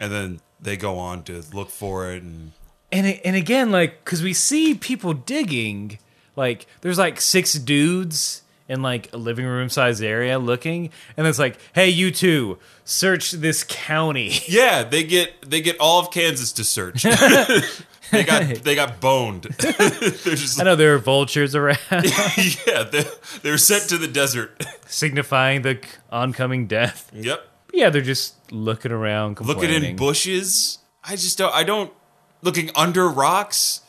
Speaker 1: And then they go on to look for it. And
Speaker 2: and a- and again like because we see people digging like there's like six dudes in like a living room size area looking and it's like hey you two search this county
Speaker 1: yeah, they get they get all of Kansas to search. they got they got boned. They're just
Speaker 2: i know there are vultures around
Speaker 1: like, yeah, they they were sent to the desert.
Speaker 2: signifying the c- oncoming death
Speaker 1: yep,
Speaker 2: But yeah they're just looking around
Speaker 1: looking
Speaker 2: complaining.
Speaker 1: in bushes. I just don't. I don't looking under rocks.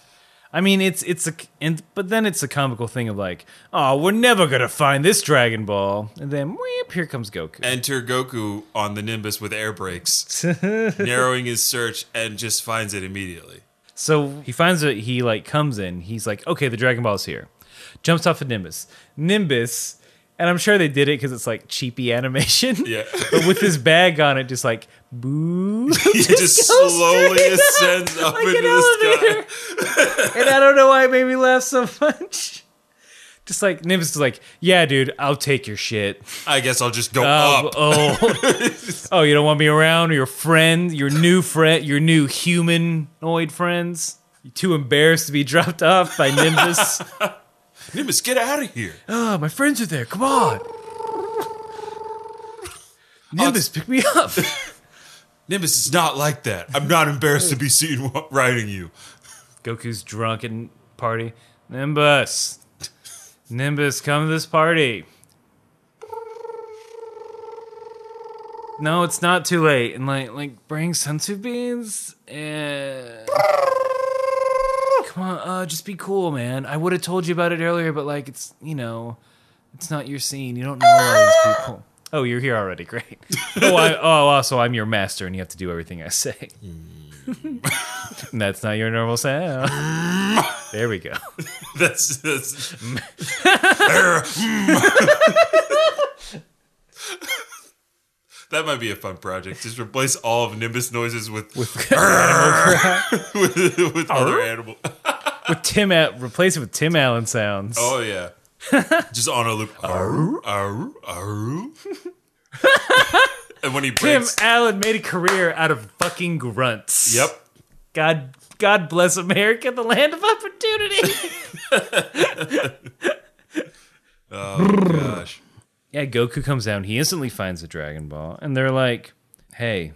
Speaker 2: i mean it's it's a c- and but then it's a comical thing of like oh we're never gonna find this dragon ball and then weep, here comes goku
Speaker 1: Enter Goku on the Nimbus with air brakes, narrowing his search, and just finds it immediately.
Speaker 2: So he finds it. He like comes in. He's like, okay, the Dragon Ball's here. Jumps off of Nimbus. Nimbus, and I'm sure they did it because it's like cheapy animation.
Speaker 1: Yeah.
Speaker 2: but with his bag on it, just like boo,
Speaker 1: He just,
Speaker 2: goes
Speaker 1: slowly
Speaker 2: straight up
Speaker 1: ascends up,
Speaker 2: like
Speaker 1: into
Speaker 2: an
Speaker 1: the
Speaker 2: elevator.
Speaker 1: sky.
Speaker 2: and I don't know why it made me laugh so much. Just like Nimbus is like, yeah, dude, I'll take your shit.
Speaker 1: I guess I'll just go
Speaker 2: Oh,
Speaker 1: up.
Speaker 2: oh, oh, you don't want me around? Your friend, your new friend, your new humanoid friends. You're too embarrassed to be dropped off by Nimbus.
Speaker 1: Nimbus, get out of here.
Speaker 2: Oh, my friends are there. Come on. Nimbus, pick me up.
Speaker 1: Nimbus, it's not like that. I'm not embarrassed to be seen wa- riding you.
Speaker 2: Goku's drunk and party. Nimbus. Nimbus, come to this party. No, it's not too late. And like like bring sensu beans and Come on, uh, just be cool, man. I would have told you about it earlier, but like it's you know, it's not your scene. You don't know all these people. Oh, you're here already. Great. Oh, I, oh, also, I'm your master, and you have to do everything I say. And That's not your normal sound. there we go.
Speaker 1: That's, that's that might be a fun project. Just replace all of Nimbus noises with with, with, other animal.
Speaker 2: With Tim, Al- replace it with Tim Allen sounds.
Speaker 1: Oh yeah, just on a loop. Arr, arr, arr. and when he
Speaker 2: Tim
Speaker 1: breaks,
Speaker 2: Allen made a career out of fucking grunts.
Speaker 1: yep.
Speaker 2: God, God bless America, the land of opportunity. Oh,
Speaker 1: Gosh,
Speaker 2: yeah, Goku comes down. He instantly finds the Dragon Ball, and they're like, "Hey,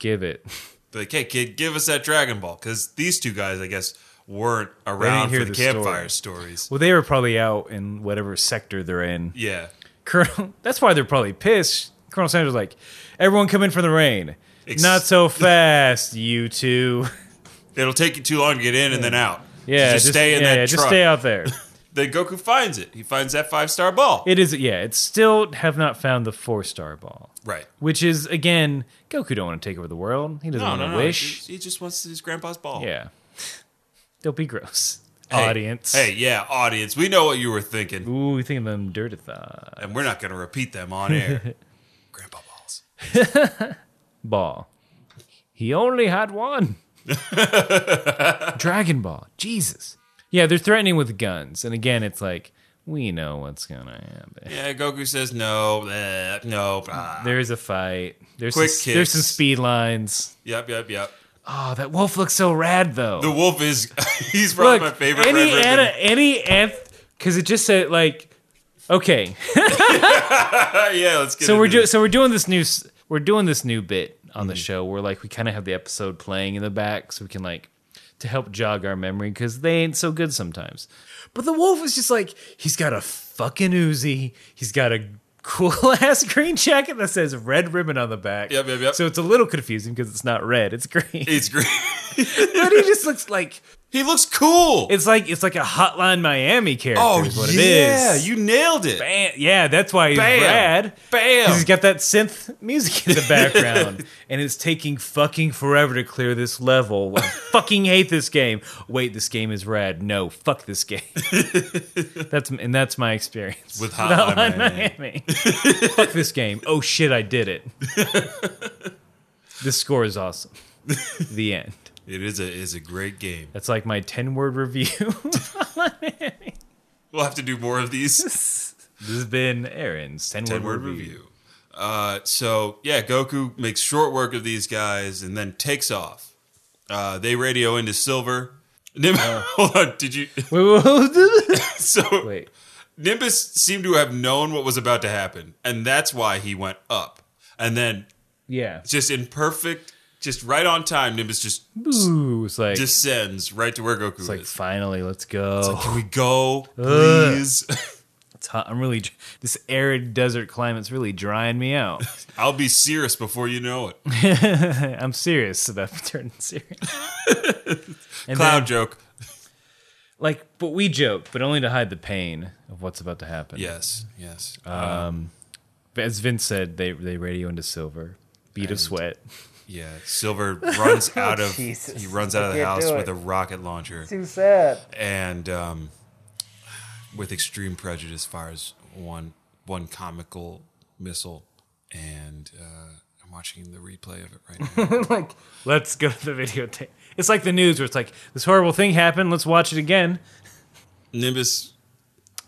Speaker 2: give it."
Speaker 1: They're like, hey kid, give us that Dragon Ball because these two guys, I guess, weren't
Speaker 2: didn't
Speaker 1: around
Speaker 2: hear
Speaker 1: for the,
Speaker 2: the story.
Speaker 1: campfire stories.
Speaker 2: Well, they were probably out in whatever sector they're in.
Speaker 1: Yeah,
Speaker 2: Colonel, that's why they're probably pissed. Colonel Sanders was like, "Everyone, come in for the rain."
Speaker 1: Ex-
Speaker 2: Not so fast, you two.
Speaker 1: it'll take you too long to get in and then out.
Speaker 2: Yeah,
Speaker 1: just, stay in
Speaker 2: yeah,
Speaker 1: that
Speaker 2: yeah,
Speaker 1: truck.
Speaker 2: Just stay out there.
Speaker 1: Then Goku finds it. He finds that five star ball.
Speaker 2: It is. Yeah, it's still have not found the four star ball,
Speaker 1: right.
Speaker 2: which is again Goku don't want to take over the world. He doesn't want to wish.
Speaker 1: He, he just wants his grandpa's ball.
Speaker 2: Yeah, don't be gross,
Speaker 1: Hey,
Speaker 2: audience.
Speaker 1: Hey, yeah, audience. We know what you were thinking,
Speaker 2: ooh, you think of them dirty thought
Speaker 1: and we're not going to repeat them on air. Grandpa balls.
Speaker 2: ball. He only had one. Dragon Ball, Jesus. Yeah, they're threatening with guns, and again, it's like we know what's gonna happen.
Speaker 1: Yeah, Goku says no, bleh, no. blah.
Speaker 2: There's a fight. There's
Speaker 1: Quick
Speaker 2: some, there's some
Speaker 1: kicks.
Speaker 2: speed lines.
Speaker 1: Yep, yep, yep.
Speaker 2: Oh, that wolf looks so rad though.
Speaker 1: The wolf is he's probably my favorite
Speaker 2: any
Speaker 1: Red Ribbon.
Speaker 2: ana- any anth because it just said like okay.
Speaker 1: Oh, yeah, let's get
Speaker 2: So we're
Speaker 1: into
Speaker 2: doing so we're doing this new s- we're doing this new bit on the show where like we kind of have the episode playing in the back so we can like to help jog our memory because they ain't so good sometimes. But the wolf is just like he's got a fucking Uzi. He's got a cool ass green jacket that says red ribbon on the back.
Speaker 1: Yep, yep, yep.
Speaker 2: So it's a little confusing because it's not red, it's green.
Speaker 1: It's great.
Speaker 2: but he just looks like
Speaker 1: he looks cool.
Speaker 2: it's like it's like a Hotline Miami character.
Speaker 1: oh
Speaker 2: is what
Speaker 1: yeah,
Speaker 2: it is.
Speaker 1: you nailed it.
Speaker 2: Bam. Yeah, that's why he's
Speaker 1: Bam.
Speaker 2: rad. Because
Speaker 1: Bam.
Speaker 2: he's got that synth music in the background, and it's taking fucking forever to clear this level. I fucking hate this game. Wait, this game is rad. No, fuck this game. that's and that's my experience
Speaker 1: With Hotline Miami.
Speaker 2: Miami. fuck this game. Oh shit, I did it. this score is awesome. the end.
Speaker 1: It is a is a great game.
Speaker 2: That's like my ten word review.
Speaker 1: We'll have to do more of these.
Speaker 2: This has been Aaron's 10,
Speaker 1: Ten
Speaker 2: word
Speaker 1: word
Speaker 2: review.
Speaker 1: review. Uh, so yeah, Goku makes short work of these guys and then takes off. Uh, they radio into Silver. Nim- Hold on, did you?
Speaker 2: Wait, wait, wait.
Speaker 1: So
Speaker 2: Oh. Wait.
Speaker 1: Nimbus seemed to have known what was about to happen, and that's why he went up. And then,
Speaker 2: Yeah.
Speaker 1: just in perfect, just right on time, Nimbus just
Speaker 2: Ooh, it's like,
Speaker 1: descends right to where Goku
Speaker 2: it's like
Speaker 1: is.
Speaker 2: finally, let's go.
Speaker 1: Can we go, please?
Speaker 2: It's hot. I'm really, dr- this arid desert climate's really drying me out.
Speaker 1: I'll be serious before you know it.
Speaker 2: I'm serious about turning serious. and
Speaker 1: Cloud
Speaker 2: then,
Speaker 1: joke.
Speaker 2: like, but we joke, but only to hide the pain of what's about to happen.
Speaker 1: Yes, yes.
Speaker 2: Uh. As Vince said, they, they radio into silver. Beat of sweat.
Speaker 1: yeah. Silver runs out of
Speaker 3: Oh, Jesus.
Speaker 1: he runs out of
Speaker 3: I
Speaker 1: the
Speaker 3: can't
Speaker 1: house
Speaker 3: do
Speaker 1: with
Speaker 3: it.
Speaker 1: a rocket launcher
Speaker 3: Too sad.
Speaker 1: and um, with extreme prejudice fires one one comical missile and uh, I'm watching the replay of it right now.
Speaker 2: Let's go to the videotape. It's like the news where it's like, this horrible thing happened. Let's watch it again.
Speaker 1: Nimbus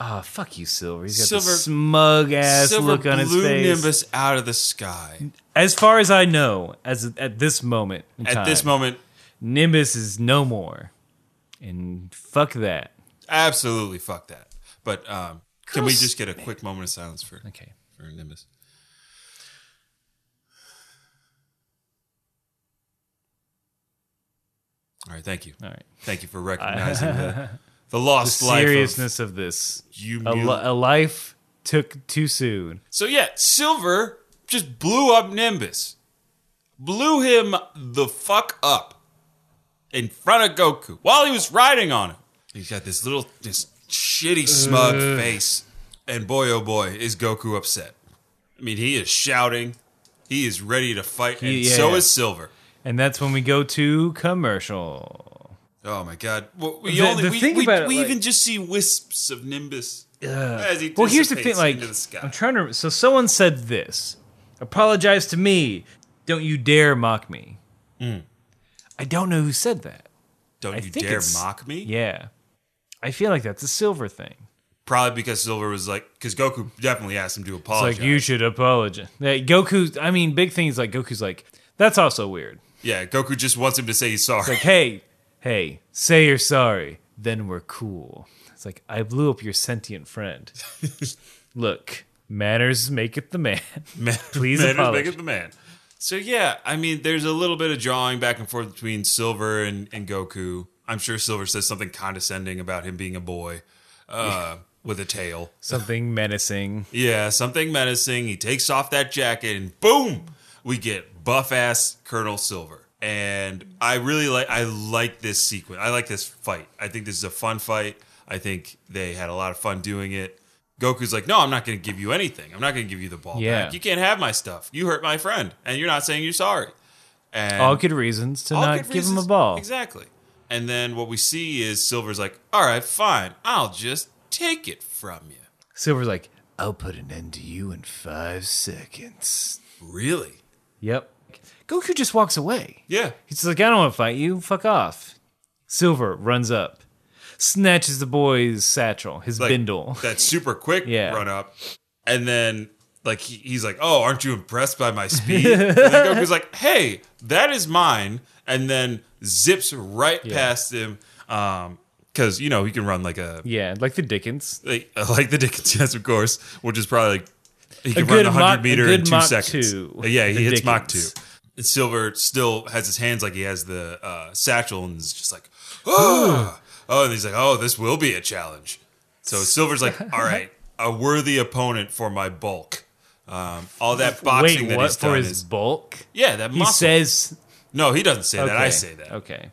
Speaker 2: Ah, fuck you, Silver. He's got
Speaker 1: Silver-
Speaker 2: this smug ass
Speaker 1: Silver
Speaker 2: look on his
Speaker 1: blew
Speaker 2: face.
Speaker 1: Nimbus out of the sky.
Speaker 2: As far as I know, as at this moment, in
Speaker 1: At
Speaker 2: time,
Speaker 1: this moment,
Speaker 2: Nimbus is no more, and fuck that.
Speaker 1: absolutely fuck that. But um, can we just get a quick moment of silence for
Speaker 2: Okay,
Speaker 1: for Nimbus? All right, thank you.
Speaker 2: all right.
Speaker 1: Thank you for recognizing the, the lost life. of
Speaker 2: Seriousness of this.
Speaker 1: you
Speaker 2: A,
Speaker 1: mute-
Speaker 2: li- a life took too soon.
Speaker 1: so yeah, Silver just blew up Nimbus, blew him the fuck up in front of Goku while he was riding on him. He's got this little, this shitty smug face, and boy oh boy is Goku upset. I mean, he is shouting, he is ready to fight, and
Speaker 2: He- yeah,
Speaker 1: so
Speaker 2: yeah.
Speaker 1: is Silver.
Speaker 2: And that's when we go to commercial.
Speaker 1: Oh my god! Well, we
Speaker 2: The-
Speaker 1: only
Speaker 2: the
Speaker 1: we,
Speaker 2: thing
Speaker 1: we,
Speaker 2: about it,
Speaker 1: we
Speaker 2: like-
Speaker 1: even just see wisps of Nimbus as he
Speaker 2: Well, here's the thing.
Speaker 1: dissipates
Speaker 2: Like,
Speaker 1: into the sky.
Speaker 2: I'm trying to. So someone said this. Apologize to me. Don't you dare mock me.
Speaker 1: Mm.
Speaker 2: I don't know who said that.
Speaker 1: Don't
Speaker 2: I
Speaker 1: you
Speaker 2: think
Speaker 1: dare
Speaker 2: it's-
Speaker 1: mock me!
Speaker 2: Yeah, I feel like that's a silver thing.
Speaker 1: Probably because Silver was like, because Goku definitely asked him to
Speaker 2: It's
Speaker 1: apologize.
Speaker 2: like you should apologize. Yeah, Goku. I mean, big thing is like Goku's like that's also weird.
Speaker 1: yeah, Goku just wants him to say he's sorry.
Speaker 2: Like, hey, hey, say you're sorry, then we're cool. It's like I blew up your sentient friend. Look, manners make it the man.
Speaker 1: Man-
Speaker 2: please
Speaker 1: man is
Speaker 2: apologize.
Speaker 1: making the man. So yeah, I mean, there's a little bit of jawing back and forth between Silver and, and Goku. I'm sure Silver says something condescending about him being a boy uh, with a tail.
Speaker 2: Something menacing.
Speaker 1: Yeah, something menacing. He takes off that jacket and boom, we get buff ass Colonel Silver. And I really like I like this sequence. I like this fight. I think this is a fun fight. I think they had a lot of fun doing it. Goku's like, "No, I'm not going to give you anything. I'm not going to give you the ball
Speaker 2: Yeah.
Speaker 1: back. You can't have my stuff. You hurt my friend, and you're not saying you're sorry." And
Speaker 2: All good reasons to
Speaker 1: all
Speaker 2: not
Speaker 1: good
Speaker 2: give him a
Speaker 1: reasons.
Speaker 2: ball.
Speaker 1: Exactly. And then what we see is Silver's like, "All right, fine. I'll just take it from you."
Speaker 2: Silver's like, I'll put an end to you in five seconds.
Speaker 1: Really?
Speaker 2: Yep. Goku just walks away.
Speaker 1: Yeah.
Speaker 2: He's like, I don't want to fight you. Fuck off. Silver runs up. snatches the boy's satchel, his
Speaker 1: like,
Speaker 2: bindle.
Speaker 1: That super quick
Speaker 2: Yeah.
Speaker 1: run up. And then like he, he's like, Oh, aren't you impressed by my speed? and then Goku's like, Hey, that is mine. And then zips right past him. Um, because you know he can run like a
Speaker 2: Yeah, like the Dickens.
Speaker 1: like, like the Dickens, yes, of course, which is probably like he can run
Speaker 2: good
Speaker 1: a
Speaker 2: Mach- a
Speaker 1: hundred meter
Speaker 2: good
Speaker 1: in two
Speaker 2: Mach
Speaker 1: seconds.
Speaker 2: 2,
Speaker 1: yeah, he
Speaker 2: the
Speaker 1: hits Mach two.
Speaker 2: Dickens.
Speaker 1: And Silver still has his hands like he has the uh, satchel and is just like, oh, oh, and he's like, oh, this will be a challenge. So Silver's like, all right, a worthy opponent for my bulk. Um, all that boxing
Speaker 2: Wait,
Speaker 1: that
Speaker 2: what
Speaker 1: he's
Speaker 2: for
Speaker 1: done
Speaker 2: his
Speaker 1: is
Speaker 2: bulk?
Speaker 1: yeah, that
Speaker 2: He
Speaker 1: muscle.
Speaker 2: says
Speaker 1: no, he doesn't say that. I
Speaker 2: Okay,
Speaker 1: say that. Uh,
Speaker 2: Okay.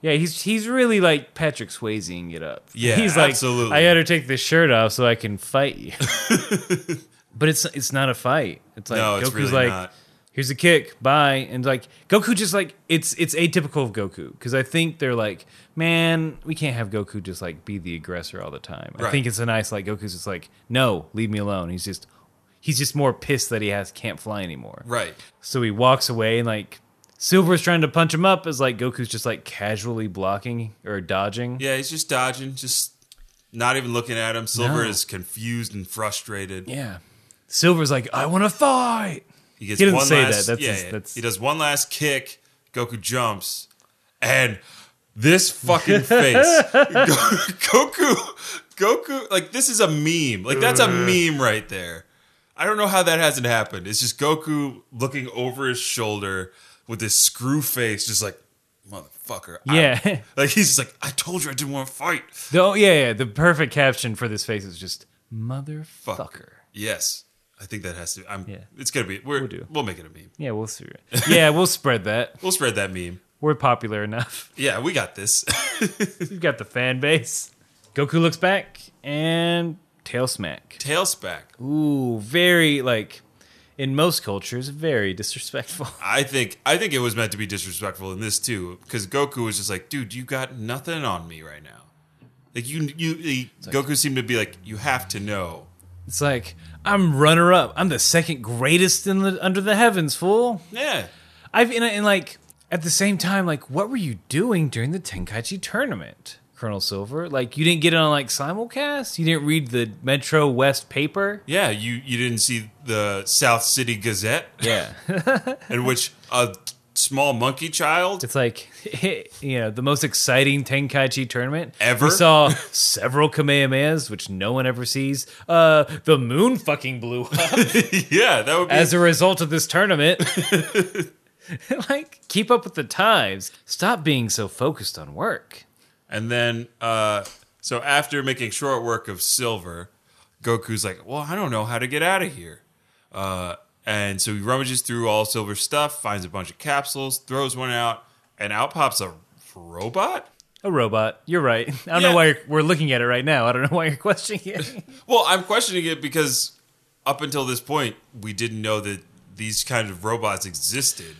Speaker 2: yeah, he's he's really like Patrick Swayzeing it up.
Speaker 1: Yeah,
Speaker 2: he's like,
Speaker 1: absolutely.
Speaker 2: I gotta take this shirt off so I can fight you. but it's it's not a fight. It's like
Speaker 1: No,
Speaker 2: Goku's
Speaker 1: it's really
Speaker 2: like,
Speaker 1: not.
Speaker 2: here's a kick, bye, and like Goku just like it's it's atypical of Goku because I think they're like, man, we can't have Goku just like be the aggressor all the time. I
Speaker 1: Right.
Speaker 2: think it's a nice like Goku's just like, no, leave me alone. He's just he's just more pissed that he has can't fly anymore.
Speaker 1: Right.
Speaker 2: So he walks away and like Silver's trying to punch him up as like Goku's just like casually blocking or dodging.
Speaker 1: Yeah, he's just dodging, just not even looking at him. Silver
Speaker 2: No.
Speaker 1: is confused and frustrated.
Speaker 2: Yeah. Silver's like, I want to fight.
Speaker 1: He gets
Speaker 2: He didn't
Speaker 1: one
Speaker 2: say
Speaker 1: last,
Speaker 2: that. That's
Speaker 1: yeah,
Speaker 2: his-
Speaker 1: yeah.
Speaker 2: that's-
Speaker 1: He does one last kick. Goku jumps, and this fucking face. Goku, Goku, like this is a meme. Like that's
Speaker 2: Uh.
Speaker 1: a meme right there. I don't know how that hasn't happened. It's just Goku looking over his shoulder with this screw face, just like motherfucker. I-
Speaker 2: Yeah.
Speaker 1: like he's just like, I told you I didn't want to fight.
Speaker 2: oh yeah, yeah. The perfect caption for this face is just motherfucker.
Speaker 1: Yes, I think that has to. I'm.
Speaker 2: Yeah.
Speaker 1: It's gonna be. We're, we'll,
Speaker 2: do.
Speaker 1: we'll make it a meme.
Speaker 2: Yeah, we'll see. Yeah, we'll spread that.
Speaker 1: We'll spread that meme.
Speaker 2: We're popular enough.
Speaker 1: Yeah, we got this.
Speaker 2: We've got the fan base. Goku looks back and tail smack.
Speaker 1: Tails back.
Speaker 2: Ooh, very like in most cultures, very disrespectful.
Speaker 1: I think I think it was meant to be disrespectful in this too, because Goku was just like, "Dude, you got nothing on me right now." Like you, you, he- Goku seemed to be like, "You have to know."
Speaker 2: It's like I'm runner up. I'm the second greatest in the under the heavens, fool.
Speaker 1: Yeah,
Speaker 2: I've and, and like at the same time, like what were you doing during the Tenkaichi tournament, Colonel Silver? Like you didn't get it on like simulcast. You didn't read the Metro West paper.
Speaker 1: yeah. You you didn't see the South City Gazette,
Speaker 2: Yeah,
Speaker 1: in which a small monkey child
Speaker 2: it's like you know the most exciting Tenkaichi tournament
Speaker 1: Ever?
Speaker 2: We saw several Kamehamehas, which no one ever sees. Uh, the moon fucking blew up
Speaker 1: yeah, that would be
Speaker 2: as a result of this tournament. like, keep up with the times. Stop being so focused on work.
Speaker 1: And then, uh, so after making short work of Silver, Goku's like, "Well, I don't know how to get out of here." Uh, and so he rummages through all Silver's stuff, finds a bunch of capsules, throws one out, and out pops a robot.
Speaker 2: A robot. You're right. I don't know
Speaker 1: Yeah.
Speaker 2: why you're, we're looking at it right now. I don't know why you're questioning it.
Speaker 1: Well, I'm questioning it because up until this point, we didn't know that these kind of robots existed.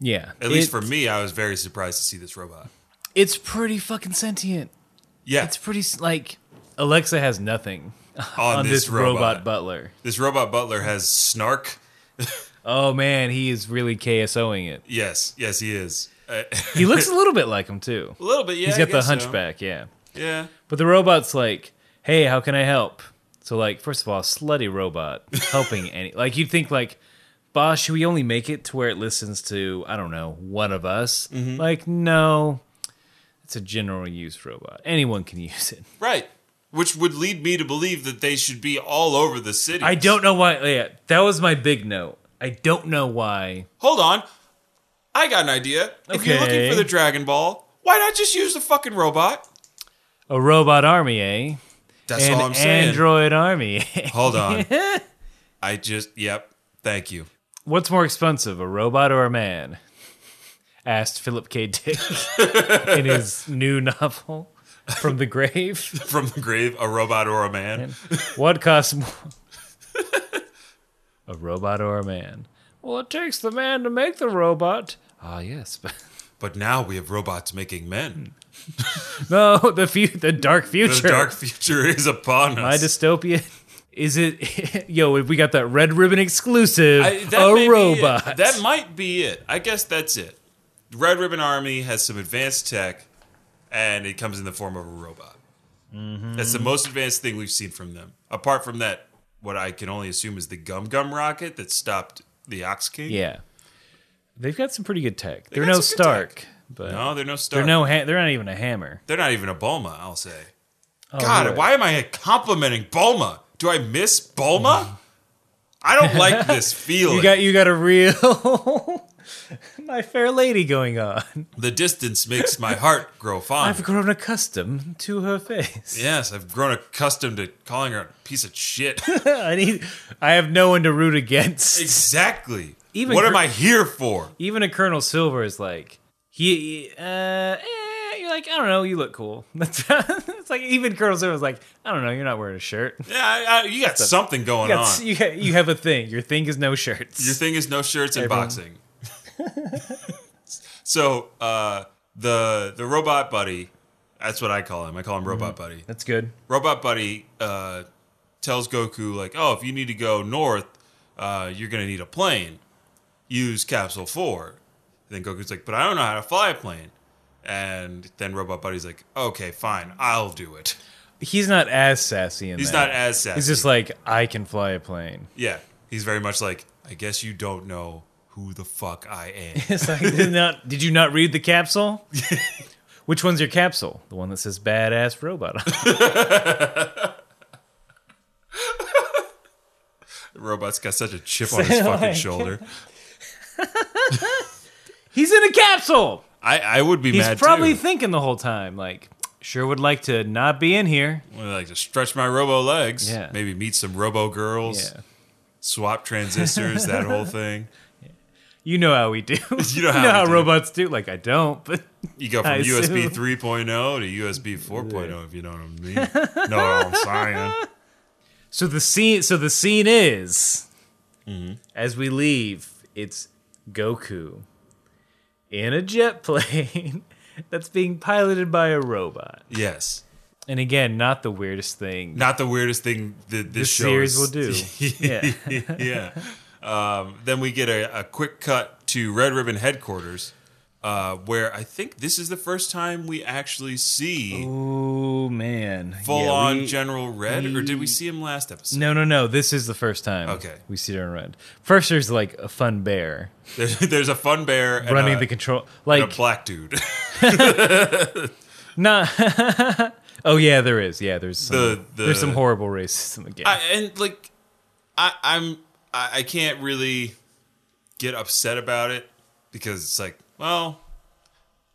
Speaker 2: yeah.
Speaker 1: At least
Speaker 2: It-
Speaker 1: for me, I was very surprised to see this robot.
Speaker 2: It's pretty fucking sentient.
Speaker 1: Yeah,
Speaker 2: It's pretty, s- like, Alexa has nothing
Speaker 1: on,
Speaker 2: on
Speaker 1: this, robot.
Speaker 2: butler.
Speaker 1: This robot butler has snark.
Speaker 2: Oh, man. He is really KSOing it.
Speaker 1: Yes, yes, he is. Uh,
Speaker 2: He looks a little bit like him, too.
Speaker 1: a little bit. Yeah,
Speaker 2: He's
Speaker 1: I
Speaker 2: got the
Speaker 1: guess so.
Speaker 2: hunchback, yeah.
Speaker 1: Yeah.
Speaker 2: But the robot's like, "Hey, how can I help?" So like, first of all, slutty robot helping any like you'd think like, "Boss, should we only make it to where it listens to I don't know one of us?" Like, no, it's a general use robot. Anyone can use it.
Speaker 1: Right. Which would lead me to believe that they should be all over the city.
Speaker 2: I don't know why. Yeah, that was my big note. I don't know why.
Speaker 1: Hold on. I got an idea. If you're looking
Speaker 2: Okay.
Speaker 1: for the Dragon Ball, why not just use the fucking robot?
Speaker 2: A robot army, eh?
Speaker 1: That's
Speaker 2: An
Speaker 1: all I'm saying.
Speaker 2: android army. eh?
Speaker 1: Hold on. I just, yep. Thank you.
Speaker 2: What's more expensive, a robot or a man? Asked Philip K. Dick in his new novel, From the Grave.
Speaker 1: From the grave, a robot or a man.
Speaker 2: What costs more? A robot or a man? Well, it takes the man to make the robot. Ah, yes. but-
Speaker 1: But now we have robots making
Speaker 2: Hmm.
Speaker 1: men.
Speaker 2: no, the, fu- the dark
Speaker 1: The
Speaker 2: future.
Speaker 1: dark future is upon us.
Speaker 2: My dystopian. Is it. Yo, we got that red ribbon exclusive.
Speaker 1: I- Uh, that may be
Speaker 2: a
Speaker 1: it.
Speaker 2: robot.
Speaker 1: That might be it. I guess that's it. Red Ribbon Army has some advanced tech, and it comes in the form of a robot.
Speaker 2: Mm-hmm.
Speaker 1: That's the most advanced thing we've seen from them. Apart from that, what I can only assume is the Gum Gum rocket that stopped the Ox King.
Speaker 2: Yeah, they've got some pretty good tech. They're
Speaker 1: got
Speaker 2: no
Speaker 1: some good tech.
Speaker 2: Stark, but
Speaker 1: No, they're no star.
Speaker 2: they're no ha- they're not even a hammer.
Speaker 1: They're not even a Bulma, I'll say.
Speaker 2: right.
Speaker 1: God, why am I complimenting Bulma? Do I miss Bulma? I don't like this feeling.
Speaker 2: You got you got a real my fair lady going on.
Speaker 1: the distance makes my heart grow fond.
Speaker 2: I've grown accustomed to her face.
Speaker 1: yes, I've grown accustomed to calling her a piece of shit.
Speaker 2: I need I have no one to root against.
Speaker 1: exactly.
Speaker 2: Even
Speaker 1: what am
Speaker 2: gr-
Speaker 1: I here for?
Speaker 2: Even a Colonel Silver is like he he, uh eh, you're like, I don't know, you look cool. That's it's like even Colonel Silver's like, I don't know, you're not wearing a shirt. You,
Speaker 1: Yeah, I, I, you got something going
Speaker 2: got,
Speaker 1: on.
Speaker 2: you, got- you have a thing. Your thing is no shirts.
Speaker 1: Your thing is no shirts and
Speaker 2: Everyone-
Speaker 1: boxing. so uh, the the robot buddy, that's what I call him. I call him Robot Buddy.
Speaker 2: That's good.
Speaker 1: Robot Buddy uh, tells Goku, like, oh, if you need to go north, uh, you're going to need a plane. Use Capsule 4. Then Goku's like, but I don't know how to fly a plane. And then Robot Buddy's like, okay, fine, I'll do it.
Speaker 2: He's not as sassy in
Speaker 1: He's
Speaker 2: that.
Speaker 1: not as sassy.
Speaker 2: He's just like, I can fly a plane.
Speaker 1: yeah, he's very much like, I guess you don't know who the fuck I am.
Speaker 2: It's like, did, not, did you not read the capsule? Which one's your capsule? The one that says badass robot. on it.
Speaker 1: Robot's got such a chip on his fucking shoulder.
Speaker 2: He's in a capsule.
Speaker 1: I, I would be
Speaker 2: He's
Speaker 1: mad
Speaker 2: probably
Speaker 1: too.
Speaker 2: thinking the whole time, like, sure would like to not be in here.
Speaker 1: I like to stretch my robo legs.
Speaker 2: Yeah.
Speaker 1: Maybe meet some robo girls.
Speaker 2: Yeah.
Speaker 1: Swap transistors. that whole thing.
Speaker 2: You know how we do.
Speaker 1: You know how
Speaker 2: you know
Speaker 1: we
Speaker 2: how
Speaker 1: do.
Speaker 2: robots do. Like, I don't, but
Speaker 1: You go from
Speaker 2: I
Speaker 1: USB
Speaker 2: assume.
Speaker 1: 3.0 to USB 4.0. oh, If you know what I mean. know what I'm saying?
Speaker 2: So the scene. So the scene is
Speaker 1: Mm-hmm.
Speaker 2: as we leave. It's Goku in a jet plane that's being piloted by a robot.
Speaker 1: Yes.
Speaker 2: And again, not the weirdest thing.
Speaker 1: Not the weirdest thing that this,
Speaker 2: This
Speaker 1: show
Speaker 2: series
Speaker 1: is-
Speaker 2: will do. Yeah.
Speaker 1: yeah. Um, then we get a, a quick cut to Red Ribbon headquarters, uh, where I think this is the first time we actually see.
Speaker 2: Oh man.
Speaker 1: full
Speaker 2: Yeah,
Speaker 1: on
Speaker 2: we-
Speaker 1: General Red, or did we see him last episode?
Speaker 2: No, no, no. This is the first time.
Speaker 1: Okay.
Speaker 2: We see her in red. First, there's like a fun bear
Speaker 1: There's, there's a fun bear and
Speaker 2: running
Speaker 1: a,
Speaker 2: the control.
Speaker 1: and a
Speaker 2: Like
Speaker 1: black dude.
Speaker 2: not. oh yeah, there is. Yeah, there's some,
Speaker 1: The- the-
Speaker 2: there's some horrible racism again.
Speaker 1: I, and like, I, I'm I, I can't really get upset about it because it's like, well,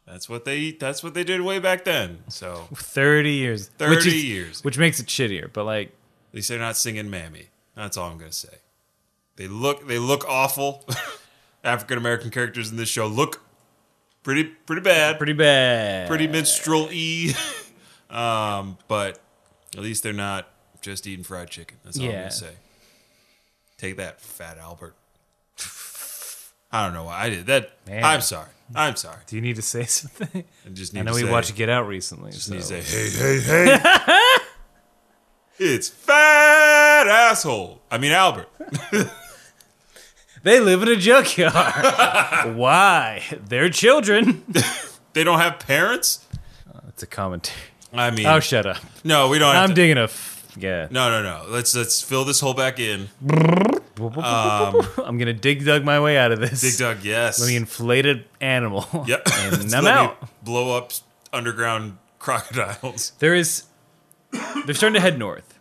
Speaker 1: that's what they that's what they did way back then. So
Speaker 2: 30 years.
Speaker 1: 30 years.
Speaker 2: Which makes it shittier, but like,
Speaker 1: at least they're not singing "Mammy." That's all I'm gonna say. They look they look awful. African American characters in this show look pretty pretty bad.
Speaker 2: pretty bad.
Speaker 1: pretty minstrel y. um, but at least they're not just eating fried chicken. That's all I'm
Speaker 2: Yeah.
Speaker 1: gonna say. Take that, Fat Albert. I don't know why I did that.
Speaker 2: Man.
Speaker 1: I'm sorry. I'm sorry.
Speaker 2: Do you need to say something?
Speaker 1: I just need
Speaker 2: I know
Speaker 1: to
Speaker 2: we
Speaker 1: say,
Speaker 2: watched Get Out recently.
Speaker 1: just need to
Speaker 2: so-
Speaker 1: say, hey, hey, hey. it's fat asshole. I mean Albert.
Speaker 2: They live in a junkyard. Why? They're children.
Speaker 1: They don't have parents.
Speaker 2: That's a commentary.
Speaker 1: I mean,
Speaker 2: Oh, shut up.
Speaker 1: no, we don't. Have
Speaker 2: I'm
Speaker 1: to-
Speaker 2: digging a. F- yeah.
Speaker 1: no, no, no. Let's let's fill this hole back in.
Speaker 2: I'm going to dig dug my way out of this.
Speaker 1: Dig Dug, yes.
Speaker 2: The inflated animal.
Speaker 1: Yep.
Speaker 2: And
Speaker 1: So let
Speaker 2: I'm
Speaker 1: me
Speaker 2: out.
Speaker 1: Blow up s- underground crocodiles.
Speaker 2: There is. They're starting to head north.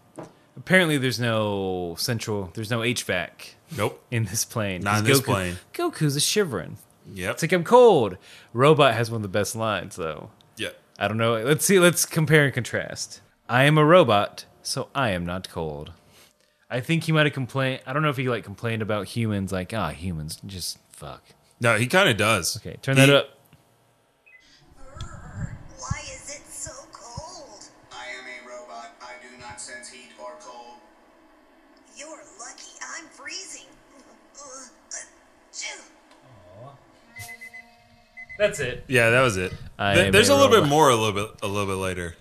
Speaker 2: Apparently, there's no central. There's no HVAC.
Speaker 1: Nope.
Speaker 2: in this plane.
Speaker 1: Not
Speaker 2: 'Cause
Speaker 1: in this plane.
Speaker 2: Goku's a shivering.
Speaker 1: Yep.
Speaker 2: It's like I'm cold. Robot has one of the best lines though.
Speaker 1: Yep.
Speaker 2: I don't know. Let's see. Let's compare and contrast. I am a robot, so I am not cold. I think he might have complained. I don't know if he like complained about humans. Like ah, humans just fuck.
Speaker 1: No, he kind of does.
Speaker 2: Okay, turn
Speaker 1: He-
Speaker 2: that up.
Speaker 3: Why is it so cold?
Speaker 4: I am a robot. I do not sense heat or cold.
Speaker 3: You're lucky I'm freezing. Uh, Ugh, achoo.
Speaker 2: That's it.
Speaker 1: Yeah, that was it.
Speaker 2: I
Speaker 1: Th-
Speaker 2: am
Speaker 1: there's a
Speaker 2: a
Speaker 1: little bit
Speaker 2: robot.
Speaker 1: more. A little bit. A little bit later.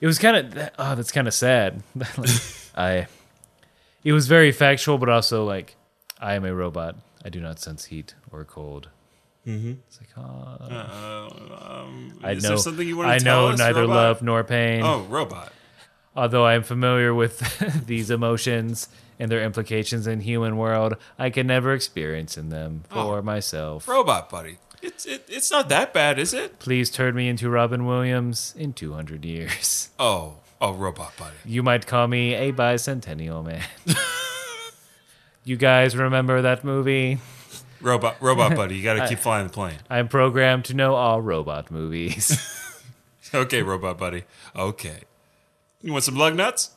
Speaker 2: It was kind of that, oh, that's kind of sad. Like, I. It was very factual, but also like, I am a robot. I do not sense heat or cold. It's like, oh, I
Speaker 1: I
Speaker 2: know.
Speaker 1: Mm-hmm. Is there something you want to
Speaker 2: I
Speaker 1: tell
Speaker 2: know
Speaker 1: us,
Speaker 2: neither
Speaker 1: robot?
Speaker 2: love nor pain.
Speaker 1: Oh, robot.
Speaker 2: Although I am familiar with these emotions and their implications in human world, I can never experience in them
Speaker 1: Oh.
Speaker 2: for myself.
Speaker 1: Robot buddy. It's it, it's not that bad, is it?
Speaker 2: Please turn me into Robin Williams in 200 years.
Speaker 1: Oh, oh, robot buddy.
Speaker 2: You might call me a bicentennial man. you guys remember that movie?
Speaker 1: Robot robot buddy, you got to keep flying the plane.
Speaker 2: I'm programmed to know all robot movies.
Speaker 1: Okay, robot buddy. Okay. You want some lug nuts?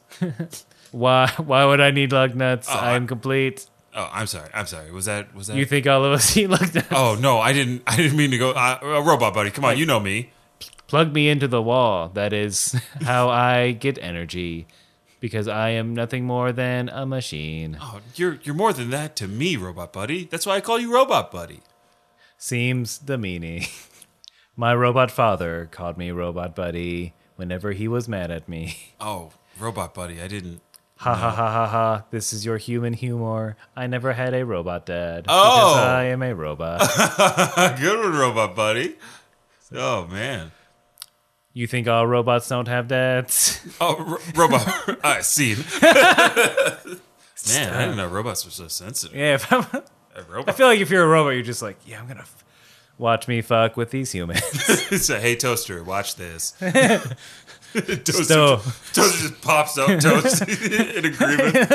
Speaker 2: why why would I need lug nuts?
Speaker 1: Oh, I-
Speaker 2: I'm complete.
Speaker 1: Oh, I'm sorry. I'm sorry. Was that was that
Speaker 2: You think all of us eat lug nuts?
Speaker 1: Oh, no, I didn't I didn't mean to go uh, uh, robot buddy. Come on, you know me.
Speaker 2: plug me into the wall. That is how I get energy because I am nothing more than a machine.
Speaker 1: Oh, you're you're more than that to me, robot buddy. That's why I call you robot buddy.
Speaker 2: Seems the meanie. My robot father called me Robot Buddy whenever he was mad at me.
Speaker 1: Oh, robot buddy. I didn't
Speaker 2: Ha ha ha ha ha. This is your human humor. I never had a robot dad.
Speaker 1: Oh.
Speaker 2: Because I am a robot.
Speaker 1: Good one, robot buddy. Oh man.
Speaker 2: you think all robots don't have dads?
Speaker 1: Oh, ro- robot. I see. man, I didn't know robots were so sensitive.
Speaker 2: yeah, if I'm,
Speaker 1: A
Speaker 2: I
Speaker 1: robot.
Speaker 2: feel like if you're a robot, you're just like, yeah, I'm going to f- watch me fuck with these humans.
Speaker 1: it's a hey toaster, watch this. toaster,
Speaker 2: So,
Speaker 1: toaster just pops up. Toast in agreement.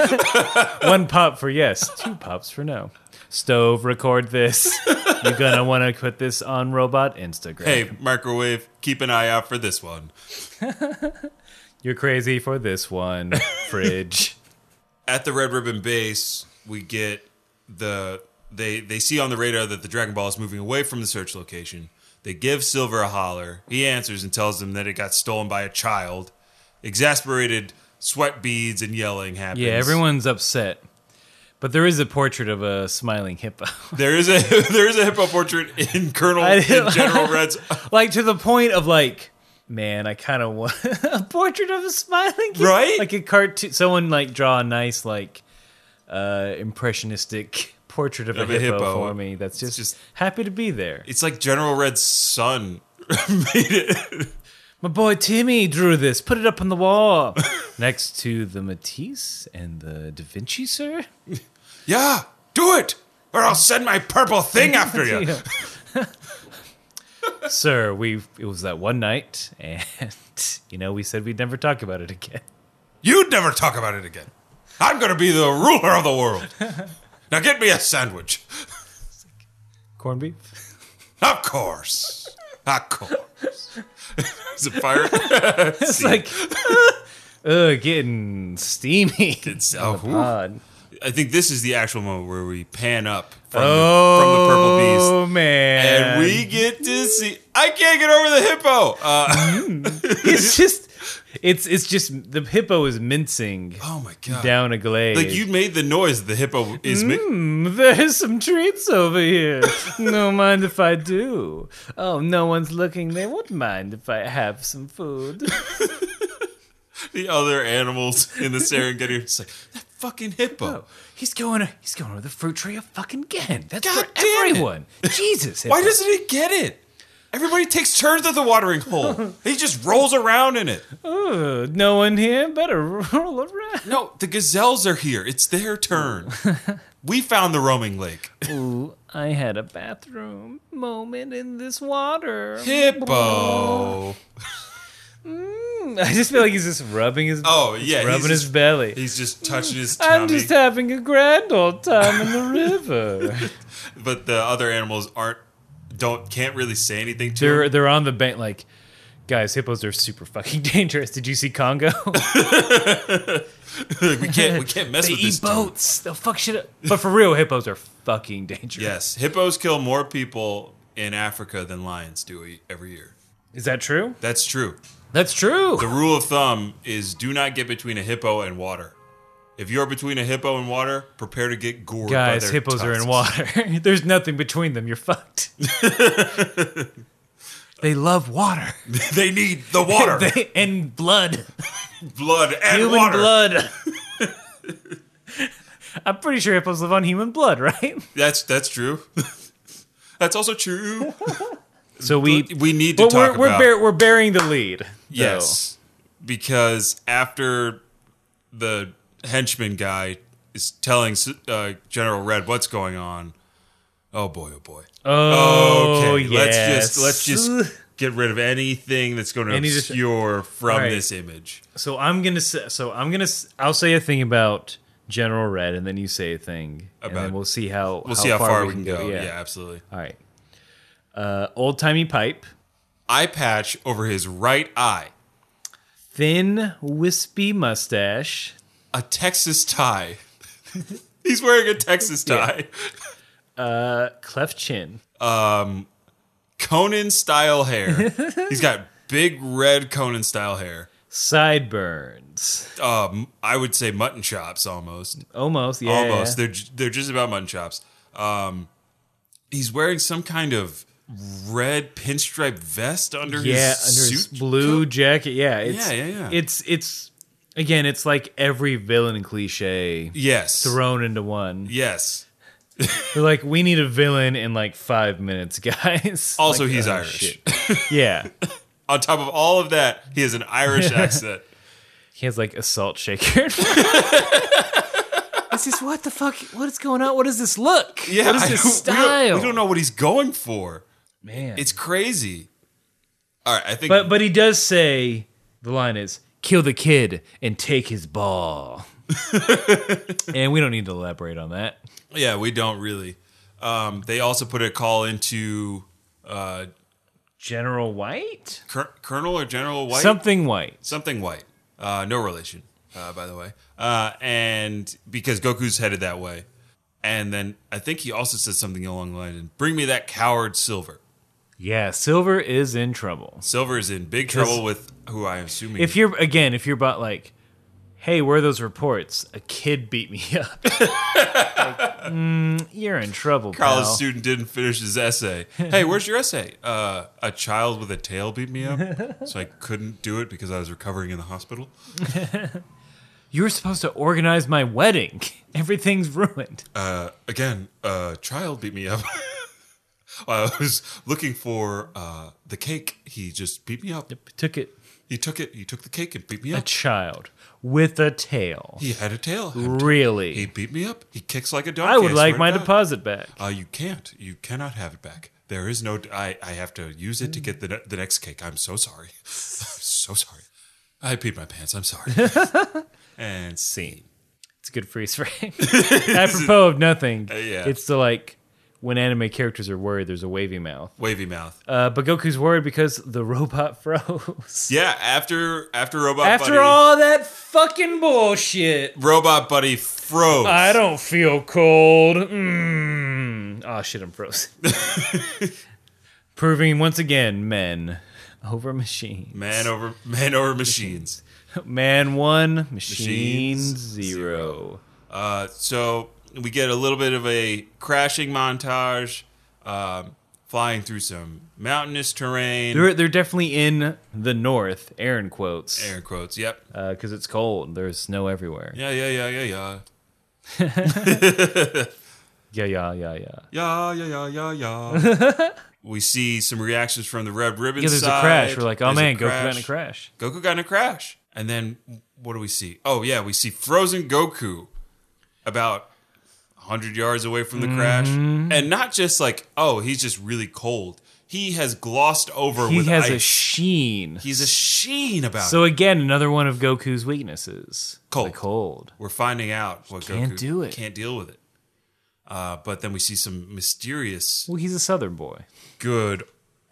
Speaker 2: one pop for yes, two pops for no. Stove, record this. You're gonna want to put this on robot Instagram.
Speaker 1: Hey, microwave, keep an eye out for this one.
Speaker 2: You're crazy for this one. Fridge.
Speaker 1: At the Red Ribbon base, we get the they they see on the radar that the Dragon Ball is moving away from the search location. They give Silver a holler. He answers and tells them that it got stolen by a child. Exasperated, sweat beads and yelling happens.
Speaker 2: Yeah, everyone's upset. But there is a portrait of a smiling hippo.
Speaker 1: There is a there is a hippo portrait in Colonel
Speaker 2: I didn't-
Speaker 1: in General Red's.
Speaker 2: like to the point of like, man, I kind of want a portrait of a smiling hippo.
Speaker 1: Right?
Speaker 2: Like a cartoon. Someone like draw a nice like uh impressionistic portrait of, a, hippo, for me. That's
Speaker 1: It's
Speaker 2: just,
Speaker 1: just-
Speaker 2: happy to be there.
Speaker 1: It's like General Red's son made it.
Speaker 2: My boy Timmy drew this. Put it up on the wall. Next to the Matisse and the Da Vinci, sir.
Speaker 1: Yeah, do it, or I'll send my purple thing after you.
Speaker 2: sir, we it was that one night, and you know we said we'd never talk about it again.
Speaker 1: You'd never talk about it again. I'm going to be the ruler of the world. Now get me a sandwich.
Speaker 2: Corned beef.
Speaker 1: Of course. Of course. Is it fire?
Speaker 2: It's like, uh, getting steamy.
Speaker 1: It's- oh, whew.
Speaker 2: Odd.
Speaker 1: I think this is the actual moment where we pan up from, the, from the purple beast.
Speaker 2: Oh man,
Speaker 1: And we get to see. I can't get over the hippo. Uh,
Speaker 2: it's just it's it's just the hippo is mincing
Speaker 1: oh my god!
Speaker 2: down a glade.
Speaker 1: Like you made the noise the hippo is making.
Speaker 2: Mm, There's some treats over here. no mind if I do. Oh, no one's looking. They would mind if I have some food.
Speaker 1: the other animals in the Serengeti. are just like that fucking
Speaker 2: Oh.
Speaker 1: hippo.
Speaker 2: he's going. He's going to the fruit tree of fucking again. That's
Speaker 1: God
Speaker 2: for
Speaker 1: damn it.
Speaker 2: everyone. Jesus,
Speaker 1: Why
Speaker 2: hippo.
Speaker 1: doesn't he get it? Everybody takes turns at the watering hole. he just rolls around in it.
Speaker 2: Ugh, no one here better roll around?
Speaker 1: No, the gazelles are here. It's their turn. we found the roaming lake.
Speaker 2: Ooh, I had a bathroom moment in this water.
Speaker 1: Hippo.
Speaker 2: Mm, I just feel like he's just rubbing his
Speaker 1: Oh yeah,
Speaker 2: rubbing
Speaker 1: he's
Speaker 2: his
Speaker 1: just,
Speaker 2: belly.
Speaker 1: He's just touching his tummy,
Speaker 2: I'm just having a grand old time in the river.
Speaker 1: but the other animals aren't. Don't can't really say anything to
Speaker 2: They're
Speaker 1: him.
Speaker 2: they're on the bank like guys, hippos are super fucking dangerous. Did you see Congo?
Speaker 1: Like, we can't we can't mess
Speaker 2: they
Speaker 1: with this.
Speaker 2: eat
Speaker 1: dude.
Speaker 2: boats. They'll fuck shit up. But for real, hippos are fucking dangerous.
Speaker 1: Yes, hippos kill more people in Africa than lions do e- every year.
Speaker 2: Is that true?
Speaker 1: That's true.
Speaker 2: That's
Speaker 1: The
Speaker 2: true.
Speaker 1: rule of thumb is do not get between a hippo and water. If you're between a hippo and water, prepare to get gored. by
Speaker 2: Guys,
Speaker 1: their
Speaker 2: hippos are in
Speaker 1: tusks.
Speaker 2: water. There's nothing between them. You're fucked. they love water.
Speaker 1: they need the water,
Speaker 2: They- and blood.
Speaker 1: blood, and
Speaker 2: human
Speaker 1: water.
Speaker 2: blood. I'm pretty sure hippos live on human blood, right?
Speaker 1: That's that's true. That's also true.
Speaker 2: So we
Speaker 1: we need to
Speaker 2: but we're
Speaker 1: talk
Speaker 2: we're,
Speaker 1: about-
Speaker 2: bear, we're burying the lead. though.
Speaker 1: Yes. Because after the henchman guy is telling uh, General Red what's going on, oh boy, oh boy.
Speaker 2: Oh,
Speaker 1: okay, let's just let's
Speaker 2: yes.
Speaker 1: just get rid of anything that's going to
Speaker 2: Any dis-
Speaker 1: obscure from
Speaker 2: Right.
Speaker 1: this image.
Speaker 2: So I'm gonna say. So I'm gonna. s- I'll say a thing about General Red, and then you say a thing, and
Speaker 1: About-
Speaker 2: then we'll see how
Speaker 1: We'll see how far, we can go. Yeah. absolutely.
Speaker 2: All right. Uh, Old timey pipe,
Speaker 1: Eye patch over his right eye,
Speaker 2: thin wispy mustache,
Speaker 1: a Texas tie. He's wearing a Texas tie.
Speaker 2: cleft chin.
Speaker 1: Conan style hair. He's got big red Conan style hair.
Speaker 2: Sideburns.
Speaker 1: um, I would say mutton chops almost.
Speaker 2: Almost, yeah.
Speaker 1: Almost. They're ju- they're just about mutton chops. Um, he's wearing some kind of red pinstripe vest under his
Speaker 2: yeah, under
Speaker 1: suit.
Speaker 2: his blue jacket. Yeah, it's,
Speaker 1: Yeah, yeah, yeah.
Speaker 2: It's it's again, it's like every villain cliche
Speaker 1: yes.
Speaker 2: thrown into one.
Speaker 1: Yes.
Speaker 2: They're like, we need a villain in like five minutes, guys.
Speaker 1: Also,
Speaker 2: Like,
Speaker 1: he's
Speaker 2: oh,
Speaker 1: Irish.
Speaker 2: shit. yeah,
Speaker 1: On top of all of that, he has an Irish accent.
Speaker 2: he has like a salt shaker. It's just what the fuck? What is going on? What is this look?
Speaker 1: Yeah,
Speaker 2: what is
Speaker 1: I
Speaker 2: this
Speaker 1: don't-
Speaker 2: style?
Speaker 1: We don't, we don't know what he's going for.
Speaker 2: man.
Speaker 1: It's crazy. All right, I think.
Speaker 2: but but he does say the line is kill the kid and take his ball, and we don't need to elaborate on that.
Speaker 1: Yeah, we don't really. Um, they also put a call into uh,
Speaker 2: General White?
Speaker 1: Cur- Colonel or General White.
Speaker 2: Something White.
Speaker 1: something white, uh, no relation, uh, by the way. Uh, and because Goku's headed that way, and then I think he also said something along the line, and "Bring me that coward Silver."
Speaker 2: Yeah, Silver is in trouble.
Speaker 1: Silver is in big trouble with who I am assuming.
Speaker 2: If you're again, if you're about like, hey, where are those reports? A kid beat me up. Like, mm, you're in trouble,
Speaker 1: college
Speaker 2: pal.
Speaker 1: student didn't finish his essay. Hey, where's your essay? Uh, a child with a tail beat me up, so I couldn't do it because I was recovering in the hospital.
Speaker 2: You were supposed to organize my wedding. Everything's ruined.
Speaker 1: Uh, again, a child beat me up. I was looking for uh, the cake. He just beat me up.
Speaker 2: Took it.
Speaker 1: He took it. He took the cake and beat me
Speaker 2: A
Speaker 1: up.
Speaker 2: child with a tail.
Speaker 1: He had a tail.
Speaker 2: Really?
Speaker 1: He beat me up. He kicks like a donkey.
Speaker 2: I would
Speaker 1: swear
Speaker 2: like
Speaker 1: to
Speaker 2: my
Speaker 1: God.
Speaker 2: deposit back.
Speaker 1: Uh, you can't. You cannot have it back. There is no. I, I have to use it to get the, ne- the next cake. I'm so sorry. I'm so sorry. I peed my pants. I'm sorry. and scene.
Speaker 2: It's a good freeze frame. Apropos of nothing,
Speaker 1: yeah.
Speaker 2: it's the like when anime characters are worried, there's a wavy mouth.
Speaker 1: Wavy mouth.
Speaker 2: Uh, but Goku's worried because the robot froze.
Speaker 1: Yeah. After after robot buddy,
Speaker 2: After all that fucking bullshit,
Speaker 1: robot buddy froze.
Speaker 2: I don't feel cold. Mm. Oh shit, I'm frozen. Proving once again, men over machine.
Speaker 1: man over man over machines.
Speaker 2: Man one, machine
Speaker 1: Machines
Speaker 2: zero.
Speaker 1: Uh, so we get a little bit of a crashing montage, um, flying through some mountainous terrain.
Speaker 2: They're they're definitely in the north. Aaron quotes.
Speaker 1: Air quotes. Yep.
Speaker 2: because it's cold. There's snow everywhere.
Speaker 1: Yeah, yeah, yeah, yeah, yeah.
Speaker 2: Yeah, yeah, yeah, yeah.
Speaker 1: Yeah, yeah, yeah, yeah, yeah. we see some reactions from the Red Ribbon
Speaker 2: Yeah, there's
Speaker 1: side.
Speaker 2: a crash. We're like, oh
Speaker 1: There's a
Speaker 2: man, Goku got in a crash.
Speaker 1: Goku got in a crash. And then what do we see? Oh, yeah, we see frozen Goku about 100 yards away from the crash.
Speaker 2: Mm-hmm.
Speaker 1: And not just like, oh, he's just really cold. He has glossed over
Speaker 2: He
Speaker 1: with
Speaker 2: has a
Speaker 1: ice.
Speaker 2: sheen.
Speaker 1: He's a sheen about
Speaker 2: so
Speaker 1: it.
Speaker 2: again, another one of Goku's weaknesses:
Speaker 1: Cold.
Speaker 2: The cold.
Speaker 1: We're finding out what
Speaker 2: Can't
Speaker 1: Goku
Speaker 2: do it.
Speaker 1: can't deal with it. Uh, but then we see some mysterious
Speaker 2: Well, he's a Southern boy.
Speaker 1: good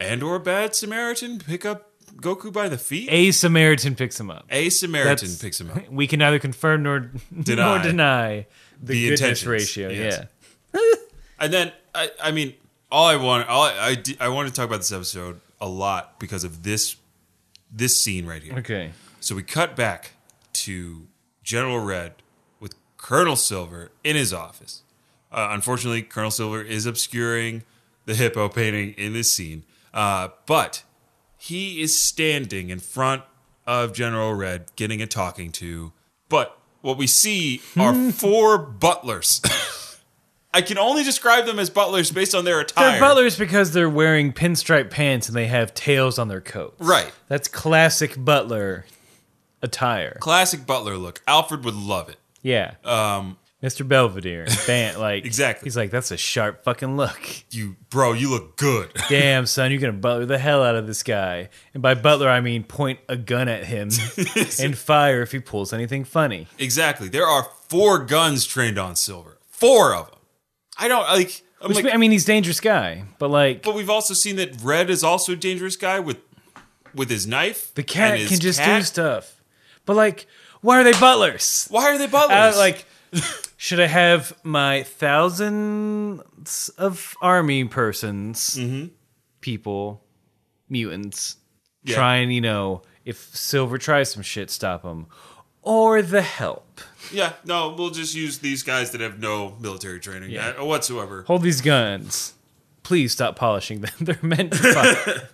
Speaker 1: and or bad Samaritan pick up Goku by the feet? A,
Speaker 2: A Samaritan picks him up.
Speaker 1: Samaritan picks him up.
Speaker 2: We can neither confirm nor
Speaker 1: Deny.
Speaker 2: nor deny the,
Speaker 1: The
Speaker 2: goodness
Speaker 1: intentions,
Speaker 2: ratio.
Speaker 1: yes.
Speaker 2: Yeah.
Speaker 1: And then I, I mean, all I want, all I, I, di- I want to talk about this episode a lot because of this, this scene right here.
Speaker 2: Okay.
Speaker 1: So we cut back to General Red with Colonel Silver in his office. Uh, unfortunately, Colonel Silver is obscuring the hippo painting in this scene, uh, but he is standing in front of General Red getting a talking to. But what we see are four butlers I can only describe them as butlers based on their attire.
Speaker 2: They're butlers because they're wearing pinstripe pants and they have tails on their coats.
Speaker 1: Right.
Speaker 2: That's classic butler attire.
Speaker 1: Classic butler look. Alfred would love it.
Speaker 2: Yeah.
Speaker 1: Um,
Speaker 2: Mr. Belvedere. Ban- like
Speaker 1: Exactly.
Speaker 2: He's like, that's a sharp fucking look.
Speaker 1: you, bro, you look good.
Speaker 2: Damn, son, you're gonna butler the hell out of this guy. And by butler, I mean point a gun at him and fire if he pulls anything funny.
Speaker 1: exactly. There are four guns trained on Silver. Four of them. I don't like. I'm
Speaker 2: Which
Speaker 1: like,
Speaker 2: mean- I mean, he's a dangerous guy, but like
Speaker 1: but we've also seen that Red is also a dangerous guy with with his knife.
Speaker 2: the
Speaker 1: and
Speaker 2: cat
Speaker 1: his
Speaker 2: can just
Speaker 1: cat.
Speaker 2: do stuff. But like, why are they butlers?
Speaker 1: Why are they butlers?
Speaker 2: Uh, like, should I have my thousands of army persons, people, mutants,
Speaker 1: Yeah.
Speaker 2: try and you know if Silver tries some shit, stop him, or the help.
Speaker 1: yeah, no, we'll just use these guys that have no military training
Speaker 2: Yeah.
Speaker 1: uh, whatsoever.
Speaker 2: Hold these guns. Please stop polishing them. They're meant to fire.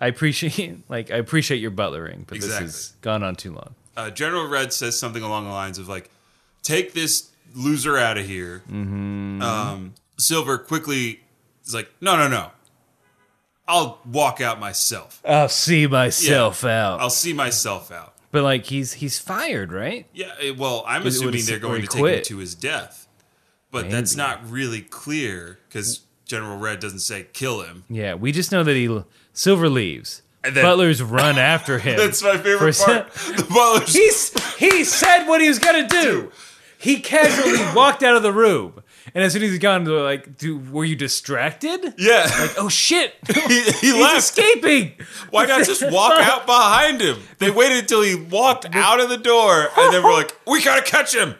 Speaker 2: I appreciate like I appreciate your butlering, but
Speaker 1: Exactly.
Speaker 2: this has gone on too long.
Speaker 1: uh, General Red says something along the lines of like, "Take this loser out of here."
Speaker 2: Mm-hmm.
Speaker 1: Um, Silver quickly is like, "No, no, no. I'll walk out myself.
Speaker 2: I'll see myself out.
Speaker 1: I'll see myself out."
Speaker 2: but like he's he's fired, right?
Speaker 1: Yeah. eh, Well, I'm
Speaker 2: Is it
Speaker 1: assuming
Speaker 2: what he
Speaker 1: they're
Speaker 2: said, or
Speaker 1: going
Speaker 2: he
Speaker 1: to take him
Speaker 2: quit?
Speaker 1: to his death, but that's
Speaker 2: Maybe.
Speaker 1: not really clear because General Red doesn't say kill him.
Speaker 2: Yeah, we just know that he Silver leaves.
Speaker 1: And then-
Speaker 2: Butlers run after him.
Speaker 1: That's my favorite
Speaker 2: For-
Speaker 1: part. The butler's
Speaker 2: He's he said what he was gonna do. He casually walked out of the room, and as soon as he's gone, they're like, "Dude, were you distracted?"
Speaker 1: yeah.
Speaker 2: Oh shit!
Speaker 1: he, he
Speaker 2: He's
Speaker 1: left.
Speaker 2: escaping.
Speaker 1: Why not just walk out behind him? They waited until he walked out of the door and then we're like, we gotta catch him.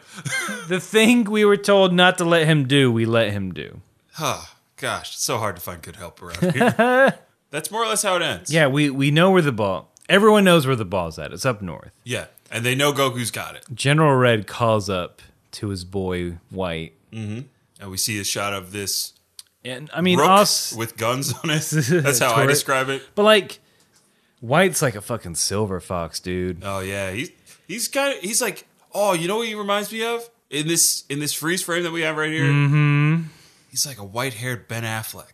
Speaker 2: The thing we were told not to let him do, we let him do.
Speaker 1: Ah, gosh, it's so hard to find good help around here. That's more or less how it ends.
Speaker 2: Yeah, we we know where the ball. Everyone knows where the ball's at. It's up north.
Speaker 1: Yeah. And they know Goku's got it.
Speaker 2: General Red calls up to his boy White,
Speaker 1: And we see a shot of this
Speaker 2: and I mean,
Speaker 1: rook
Speaker 2: us,
Speaker 1: with guns on it. That's how I
Speaker 2: Turret.
Speaker 1: describe it.
Speaker 2: but like, White's like a fucking silver fox, dude.
Speaker 1: Oh yeah. He's he's got he's like, oh, you know what he reminds me of? In this in this freeze frame that we have right here? Mm-hmm. He's like a white haired Ben Affleck.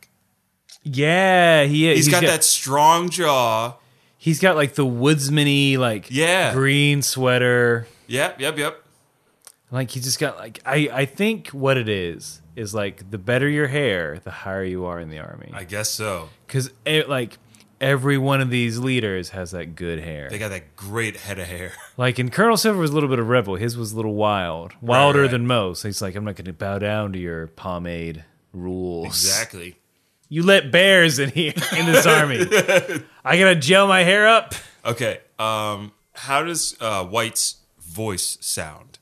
Speaker 2: Yeah, he is.
Speaker 1: he's got that strong jaw.
Speaker 2: He's got like the woodsman-y, like
Speaker 1: Yeah.
Speaker 2: green sweater.
Speaker 1: Yep, yep, yep.
Speaker 2: Like he just got like I I think what it is is like the better your hair, the higher you are in the army.
Speaker 1: I guess so.
Speaker 2: Because like every one of these leaders has that good hair.
Speaker 1: They got that great head of hair.
Speaker 2: Like in Colonel Silver was a little bit of rebel. His was a little wild, wilder
Speaker 1: right.
Speaker 2: than most. He's like, I'm not going to bow down to your pomade rules.
Speaker 1: Exactly.
Speaker 2: You let bears in here in this army. I gotta gel my hair up.
Speaker 1: Okay. Um, how does uh, White's voice sound?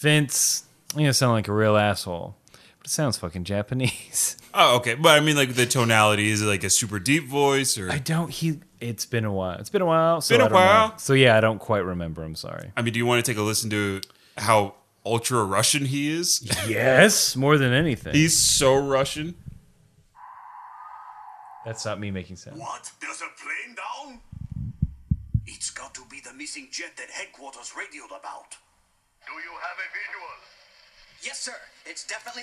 Speaker 2: Vince, I'm gonna sound like a real asshole, but it sounds fucking Japanese.
Speaker 1: Oh, okay. But I mean, like the tonality is it like a super deep voice, or
Speaker 2: I
Speaker 1: I,
Speaker 2: don't. He. It's been a while. It's been a while. So
Speaker 1: Been a
Speaker 2: I don't know.
Speaker 1: while.
Speaker 2: So yeah, I don't quite remember. I'm sorry.
Speaker 1: mean, do you want to take a listen to how ultra Russian he is?
Speaker 2: Yes, more than anything.
Speaker 1: He's so Russian.
Speaker 2: That's not me making sound.
Speaker 4: What? There's a plane down? It's got to be the missing jet that headquarters radioed about.
Speaker 5: Do you have a visual?
Speaker 4: Yes, sir. It's definitely.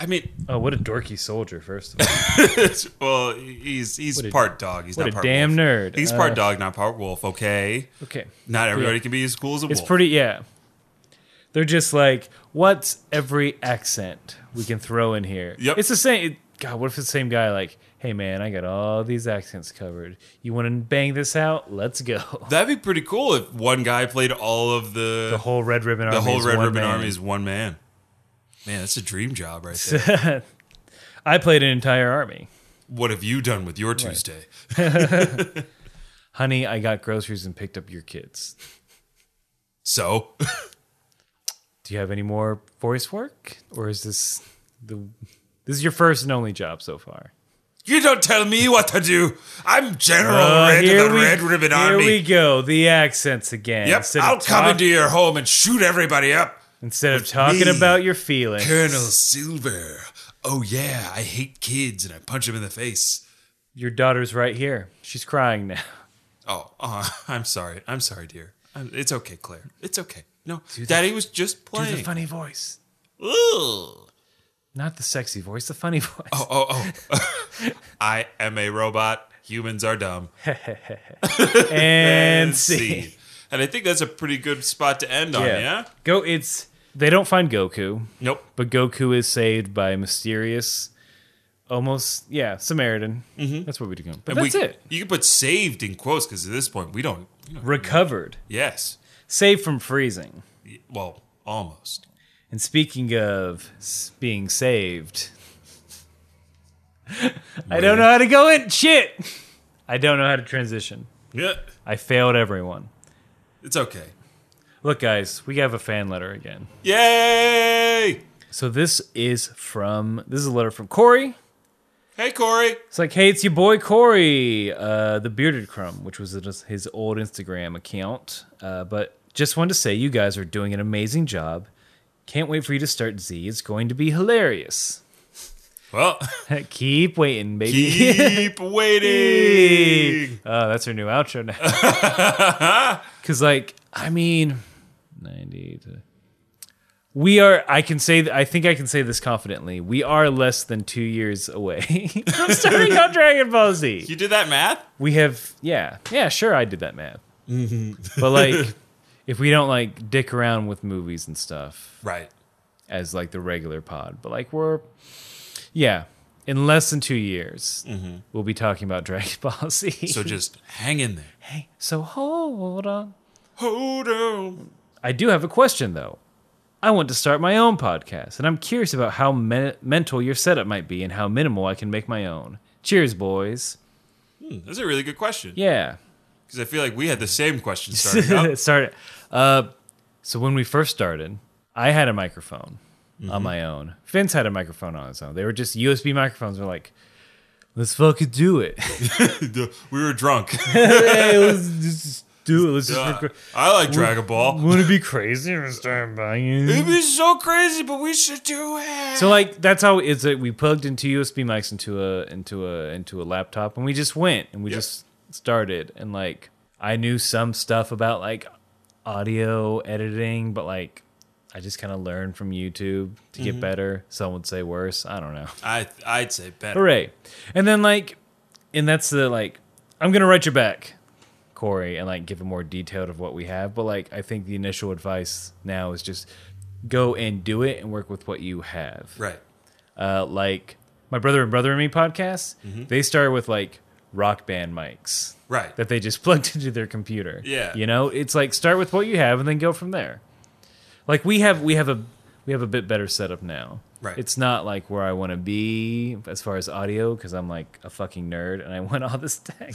Speaker 1: I mean,
Speaker 2: Oh, what a dorky soldier! First of all,
Speaker 1: it's, well, he's he's
Speaker 2: What a-
Speaker 1: part dog. He's
Speaker 2: what
Speaker 1: not
Speaker 2: a
Speaker 1: part
Speaker 2: damn
Speaker 1: wolf.
Speaker 2: nerd.
Speaker 1: He's part
Speaker 2: Uh,
Speaker 1: dog, not part wolf. Okay,
Speaker 2: okay.
Speaker 1: not everybody
Speaker 2: Yeah.
Speaker 1: can be as cool as a
Speaker 2: It's
Speaker 1: wolf.
Speaker 2: pretty, yeah. They're just like, what's every accent we can throw in here?
Speaker 1: Yep.
Speaker 2: It's the same. It, God, what if it's the same guy? Like, hey man, I got all these accents covered. You want to bang this out? Let's go.
Speaker 1: That'd be pretty cool if one guy played all of the
Speaker 2: The whole Red Ribbon Army.
Speaker 1: The whole
Speaker 2: is
Speaker 1: Red
Speaker 2: one
Speaker 1: Ribbon
Speaker 2: man.
Speaker 1: Army is one man. Man, that's a dream job right there.
Speaker 2: I played an entire army.
Speaker 1: what have you done with your Tuesday?
Speaker 2: Honey, I got groceries and picked up your kids.
Speaker 1: So,
Speaker 2: Do you have any more voice work, or is this the this is your first and only job so far?
Speaker 1: you don't tell me what to do. I'm General
Speaker 2: Oh,
Speaker 1: Red
Speaker 2: here
Speaker 1: of the
Speaker 2: we-
Speaker 1: Red Ribbon Army.
Speaker 2: Here we go. The accents again.
Speaker 1: yep,
Speaker 2: Instead of
Speaker 1: I'll come
Speaker 2: talk-
Speaker 1: into your home and shoot everybody up.
Speaker 2: Instead of talking
Speaker 1: me.
Speaker 2: about your feelings,
Speaker 1: Colonel Silver. Oh, yeah, I hate kids and I punch them in the face.
Speaker 2: your daughter's right here. She's crying now.
Speaker 1: Oh, uh, I'm sorry. I'm sorry, dear. I'm, it's okay, Claire. It's okay. No, Daddy was just
Speaker 2: Do the
Speaker 1: playing.
Speaker 2: funny voice.
Speaker 1: Ooh.
Speaker 2: Not the sexy voice, the funny voice.
Speaker 1: Oh, oh, oh. I am a robot. Humans are dumb.
Speaker 2: and see.
Speaker 1: See. And I think that's a pretty good spot to end on, yeah?
Speaker 2: Go it's they don't find Goku,
Speaker 1: Nope.
Speaker 2: but Goku is saved by a mysterious almost yeah, Samaritan. Mm-hmm. That's where we do go. But
Speaker 1: And
Speaker 2: that's
Speaker 1: we,
Speaker 2: it.
Speaker 1: You can put saved in quotes because at this point we don't. You know,
Speaker 2: Recovered.
Speaker 1: yes.
Speaker 2: Saved from freezing.
Speaker 1: Well, almost.
Speaker 2: And speaking of s- being saved, I don't know how to go in. Shit! I don't know how to transition.
Speaker 1: Yeah.
Speaker 2: I failed everyone.
Speaker 1: It's okay.
Speaker 2: Look, guys, we have a fan letter again.
Speaker 1: Yay!
Speaker 2: So this is from this is a letter from Corey.
Speaker 1: Hey, Corey.
Speaker 2: It's like, hey, it's your boy Corey, uh, the bearded crumb, which was his his old Instagram account. Uh, but just wanted to say you guys are doing an amazing job. Can't wait for you to start Z. It's going to be hilarious.
Speaker 1: Well,
Speaker 2: Keep waiting, baby.
Speaker 1: keep waiting.
Speaker 2: Oh, that's her new outro now. Because, like, I mean, 90 to. We are, I can say, I think I can say this confidently. We are less than two years away from starting on Dragon Ball Z.
Speaker 1: You did that math?
Speaker 2: We have, yeah, yeah, sure, I did that math. But, like, if we don't, like, dick around with movies and stuff
Speaker 1: Right.
Speaker 2: as, like, the regular pod, but, like, we're, yeah. In less than two years, we'll be talking about Dragon Ball Z.
Speaker 1: So just hang in there.
Speaker 2: Hey, so hold on.
Speaker 1: Hold on.
Speaker 2: I do have a question though. I want to start my own podcast, and I'm curious about how men- mental your setup might be and how minimal I can make my own. Cheers, boys.
Speaker 1: That's a really good question.
Speaker 2: Yeah.
Speaker 1: Because I feel like we had the same question starting up.
Speaker 2: Start it. Uh, so when we first started, I had a microphone
Speaker 1: Mm-hmm.
Speaker 2: on my own. Vince had a microphone on his own. They were just USB microphones. We're like, let's fucking do it.
Speaker 1: we were drunk. Uh,
Speaker 2: hey, let's just do it. Let's just record.
Speaker 1: I like Dragon Ball.
Speaker 2: Would it be crazy if we started buying?
Speaker 1: It'd be so crazy, but we should do it.
Speaker 2: So like that's how it's that we plugged in two USB mics into a into a into a laptop and we just went and we
Speaker 1: Yep.
Speaker 2: just started and like I knew some stuff about like audio editing but like I just kind of learned from YouTube to get better. Some would say worse. I don't know.
Speaker 1: I, I'd say better.
Speaker 2: Hooray! And then like, and that's the like I'm gonna write you back, Corey, and like give a more detailed of what we have. But like I think the initial advice now is just go and do it and work with what you have
Speaker 1: Right.
Speaker 2: uh, like my brother and brother and me podcast. They started with like rock band mics
Speaker 1: Right.
Speaker 2: that they just plugged into their computer.
Speaker 1: Yeah.
Speaker 2: you know, it's like start with what you have and then go from there. Like we have we have a we have a bit better setup now.
Speaker 1: Right.
Speaker 2: It's not like where I want to be as far as audio because I'm like a fucking nerd and I want all this tech.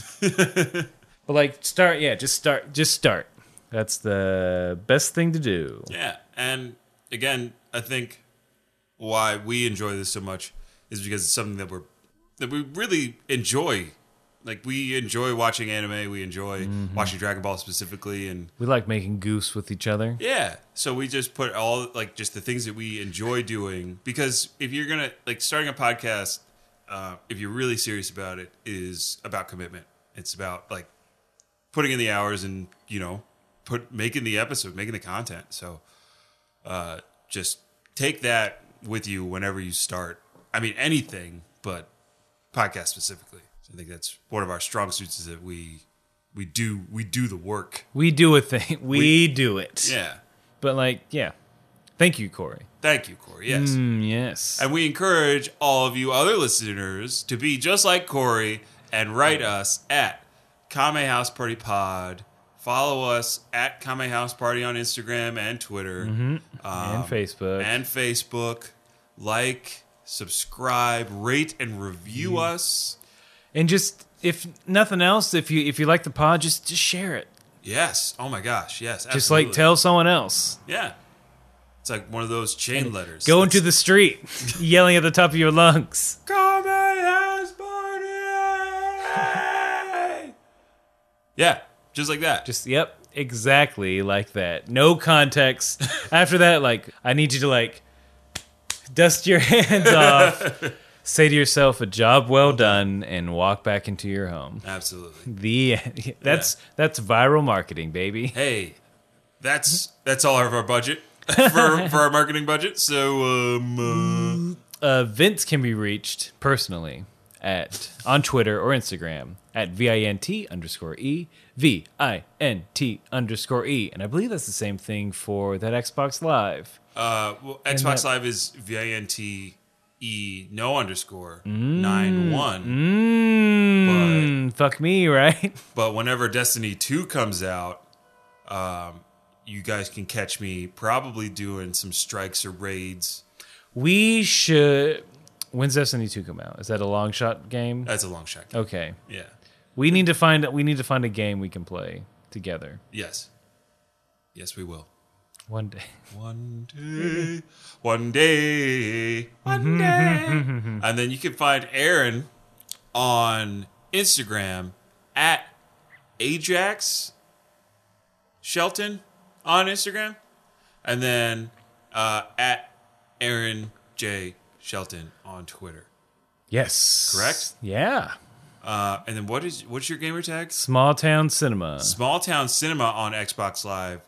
Speaker 2: but like start, yeah, just start, just start. That's the best thing to do.
Speaker 1: Yeah, and again, I think why we enjoy this so much is because it's something that we're that we really enjoy. Like we enjoy watching anime, we enjoy watching Dragon Ball specifically, and
Speaker 2: We like making goose with each other.
Speaker 1: yeah. So we just put all like just the things that we enjoy doing because if you're gonna like starting a podcast, uh, if you're really serious about it, is about commitment. It's about like putting in the hours and you know put making the episode, making the content. So uh, just take that with you whenever you start. I mean anything, but podcast specifically. So I think that's one of our strong suits is that we we do we do the work.
Speaker 2: We do a thing. We, do it.
Speaker 1: Yeah.
Speaker 2: But like, yeah. Thank you, Corey.
Speaker 1: Thank you, Corey. Mm, Yes.
Speaker 2: yes.
Speaker 1: And we encourage all of you other listeners to be just like Corey and write us at Kame House Party Pod. Follow us at Kame House Party on Instagram and Twitter
Speaker 2: Mm-hmm. and Facebook.
Speaker 1: Um, and Facebook. Like, subscribe, rate, and review
Speaker 2: Mm.
Speaker 1: us.
Speaker 2: and just if nothing else, if you if you like the pod, just just share it.
Speaker 1: Yes. Oh my gosh. Yes.
Speaker 2: Just
Speaker 1: absolutely.
Speaker 2: like tell someone else.
Speaker 1: Yeah. It's like one of those chain letters.
Speaker 2: Go into
Speaker 1: It's
Speaker 2: the street yelling at the top of your lungs.
Speaker 1: Kame House Party. yeah. Just like that.
Speaker 2: Just yep, exactly like that. No context. After that, like I need you to like dust your hands off. Say to yourself, "A job well done," and walk back into your home.
Speaker 1: Absolutely.
Speaker 2: The that's that's viral marketing, baby.
Speaker 1: Hey, that's that's all of our budget for for our marketing budget. So um, uh,
Speaker 2: Uh, Vince can be reached personally at on Twitter or Instagram at vint underscore e v i n t underscore e, and I believe that's the same thing for that Xbox Live.
Speaker 1: Uh, well, Xbox
Speaker 2: that-
Speaker 1: Live is V I N T E no underscore nine one.
Speaker 2: Mm, fuck me, right?
Speaker 1: But whenever Destiny two comes out, um, you guys can catch me probably doing some strikes or raids.
Speaker 2: We should. When's Destiny two come out? Is that a long shot game?
Speaker 1: That's a long shot. game.
Speaker 2: Okay,
Speaker 1: Yeah.
Speaker 2: we need to find we need to find a game we can play together
Speaker 1: Yes. Yes, we will.
Speaker 2: one day.
Speaker 1: One day, one day, one day. and then you can find Aaron on Instagram at Ajax Shelton on Instagram, and then uh, at Aaron J Shelton on Twitter.
Speaker 2: Yes,
Speaker 1: Correct?
Speaker 2: Yeah,
Speaker 1: Uh, and then what is what's your gamer tag?
Speaker 2: small town cinema.
Speaker 1: Small Town Cinema on Xbox Live.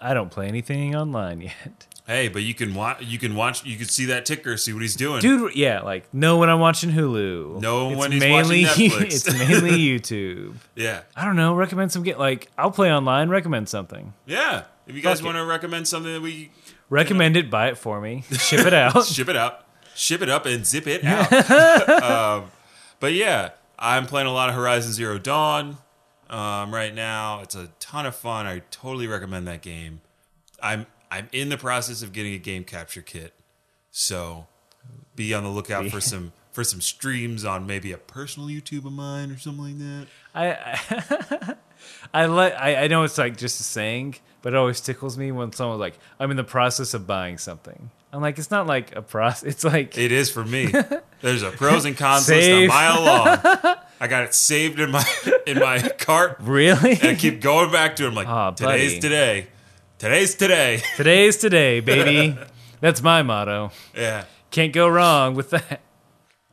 Speaker 2: I don't play anything online yet.
Speaker 1: Hey, but you can watch. You can watch. You can see that ticker. See what he's doing.
Speaker 2: Dude, yeah, like no when I'm watching Hulu.
Speaker 1: No
Speaker 2: It's
Speaker 1: when he's watching Netflix.
Speaker 2: it's mainly YouTube.
Speaker 1: Yeah.
Speaker 2: I don't know, recommend some get like I'll play online, recommend something.
Speaker 1: Yeah. If you guys
Speaker 2: Fuck it.
Speaker 1: want to recommend something that we
Speaker 2: Recommend it, buy it for me, ship it out.
Speaker 1: ship it out, ship it up and zip it out. um, but yeah, I'm playing a lot of Horizon Zero Dawn um, right now. It's a ton of fun. I totally recommend that game. I'm I'm in the process of getting a game capture kit, so be on the lookout for some for some streams on maybe a personal YouTube of mine or something like that.
Speaker 2: I I, I let I, I know it's like just a saying, but it always tickles me when someone's like, I'm in the process of buying something. I'm like, it's not like a process it's like
Speaker 1: It is for me. There's a pros and cons list a
Speaker 2: Save.
Speaker 1: mile long. I got it saved in my in my cart
Speaker 2: really?
Speaker 1: and I keep going back to it. I'm like,
Speaker 2: Aw,
Speaker 1: today's
Speaker 2: Ah, buddy.
Speaker 1: today. Today's today.
Speaker 2: Today's today, baby. That's my motto.
Speaker 1: yeah.
Speaker 2: Can't go wrong with that.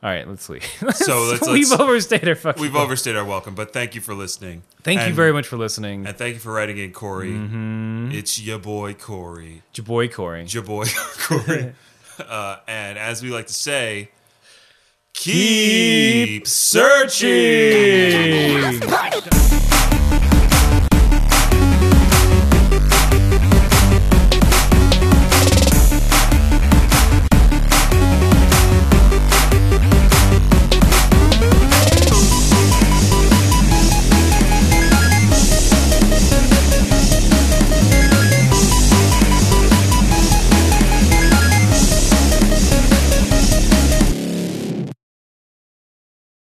Speaker 2: All right, let's leave.
Speaker 1: So let's,
Speaker 2: we've
Speaker 1: let's
Speaker 2: overstayed our fucking.
Speaker 1: we've overstayed our welcome, but thank you for listening.
Speaker 2: Thank you
Speaker 1: And-
Speaker 2: very much Mm-hmm. for listening.
Speaker 1: And thank you for writing in, Corey. It's your boy Corey.
Speaker 2: It's your boy Corey.
Speaker 1: It's your boy Corey. uh, and as we like to say, keep searching.
Speaker 6: Party.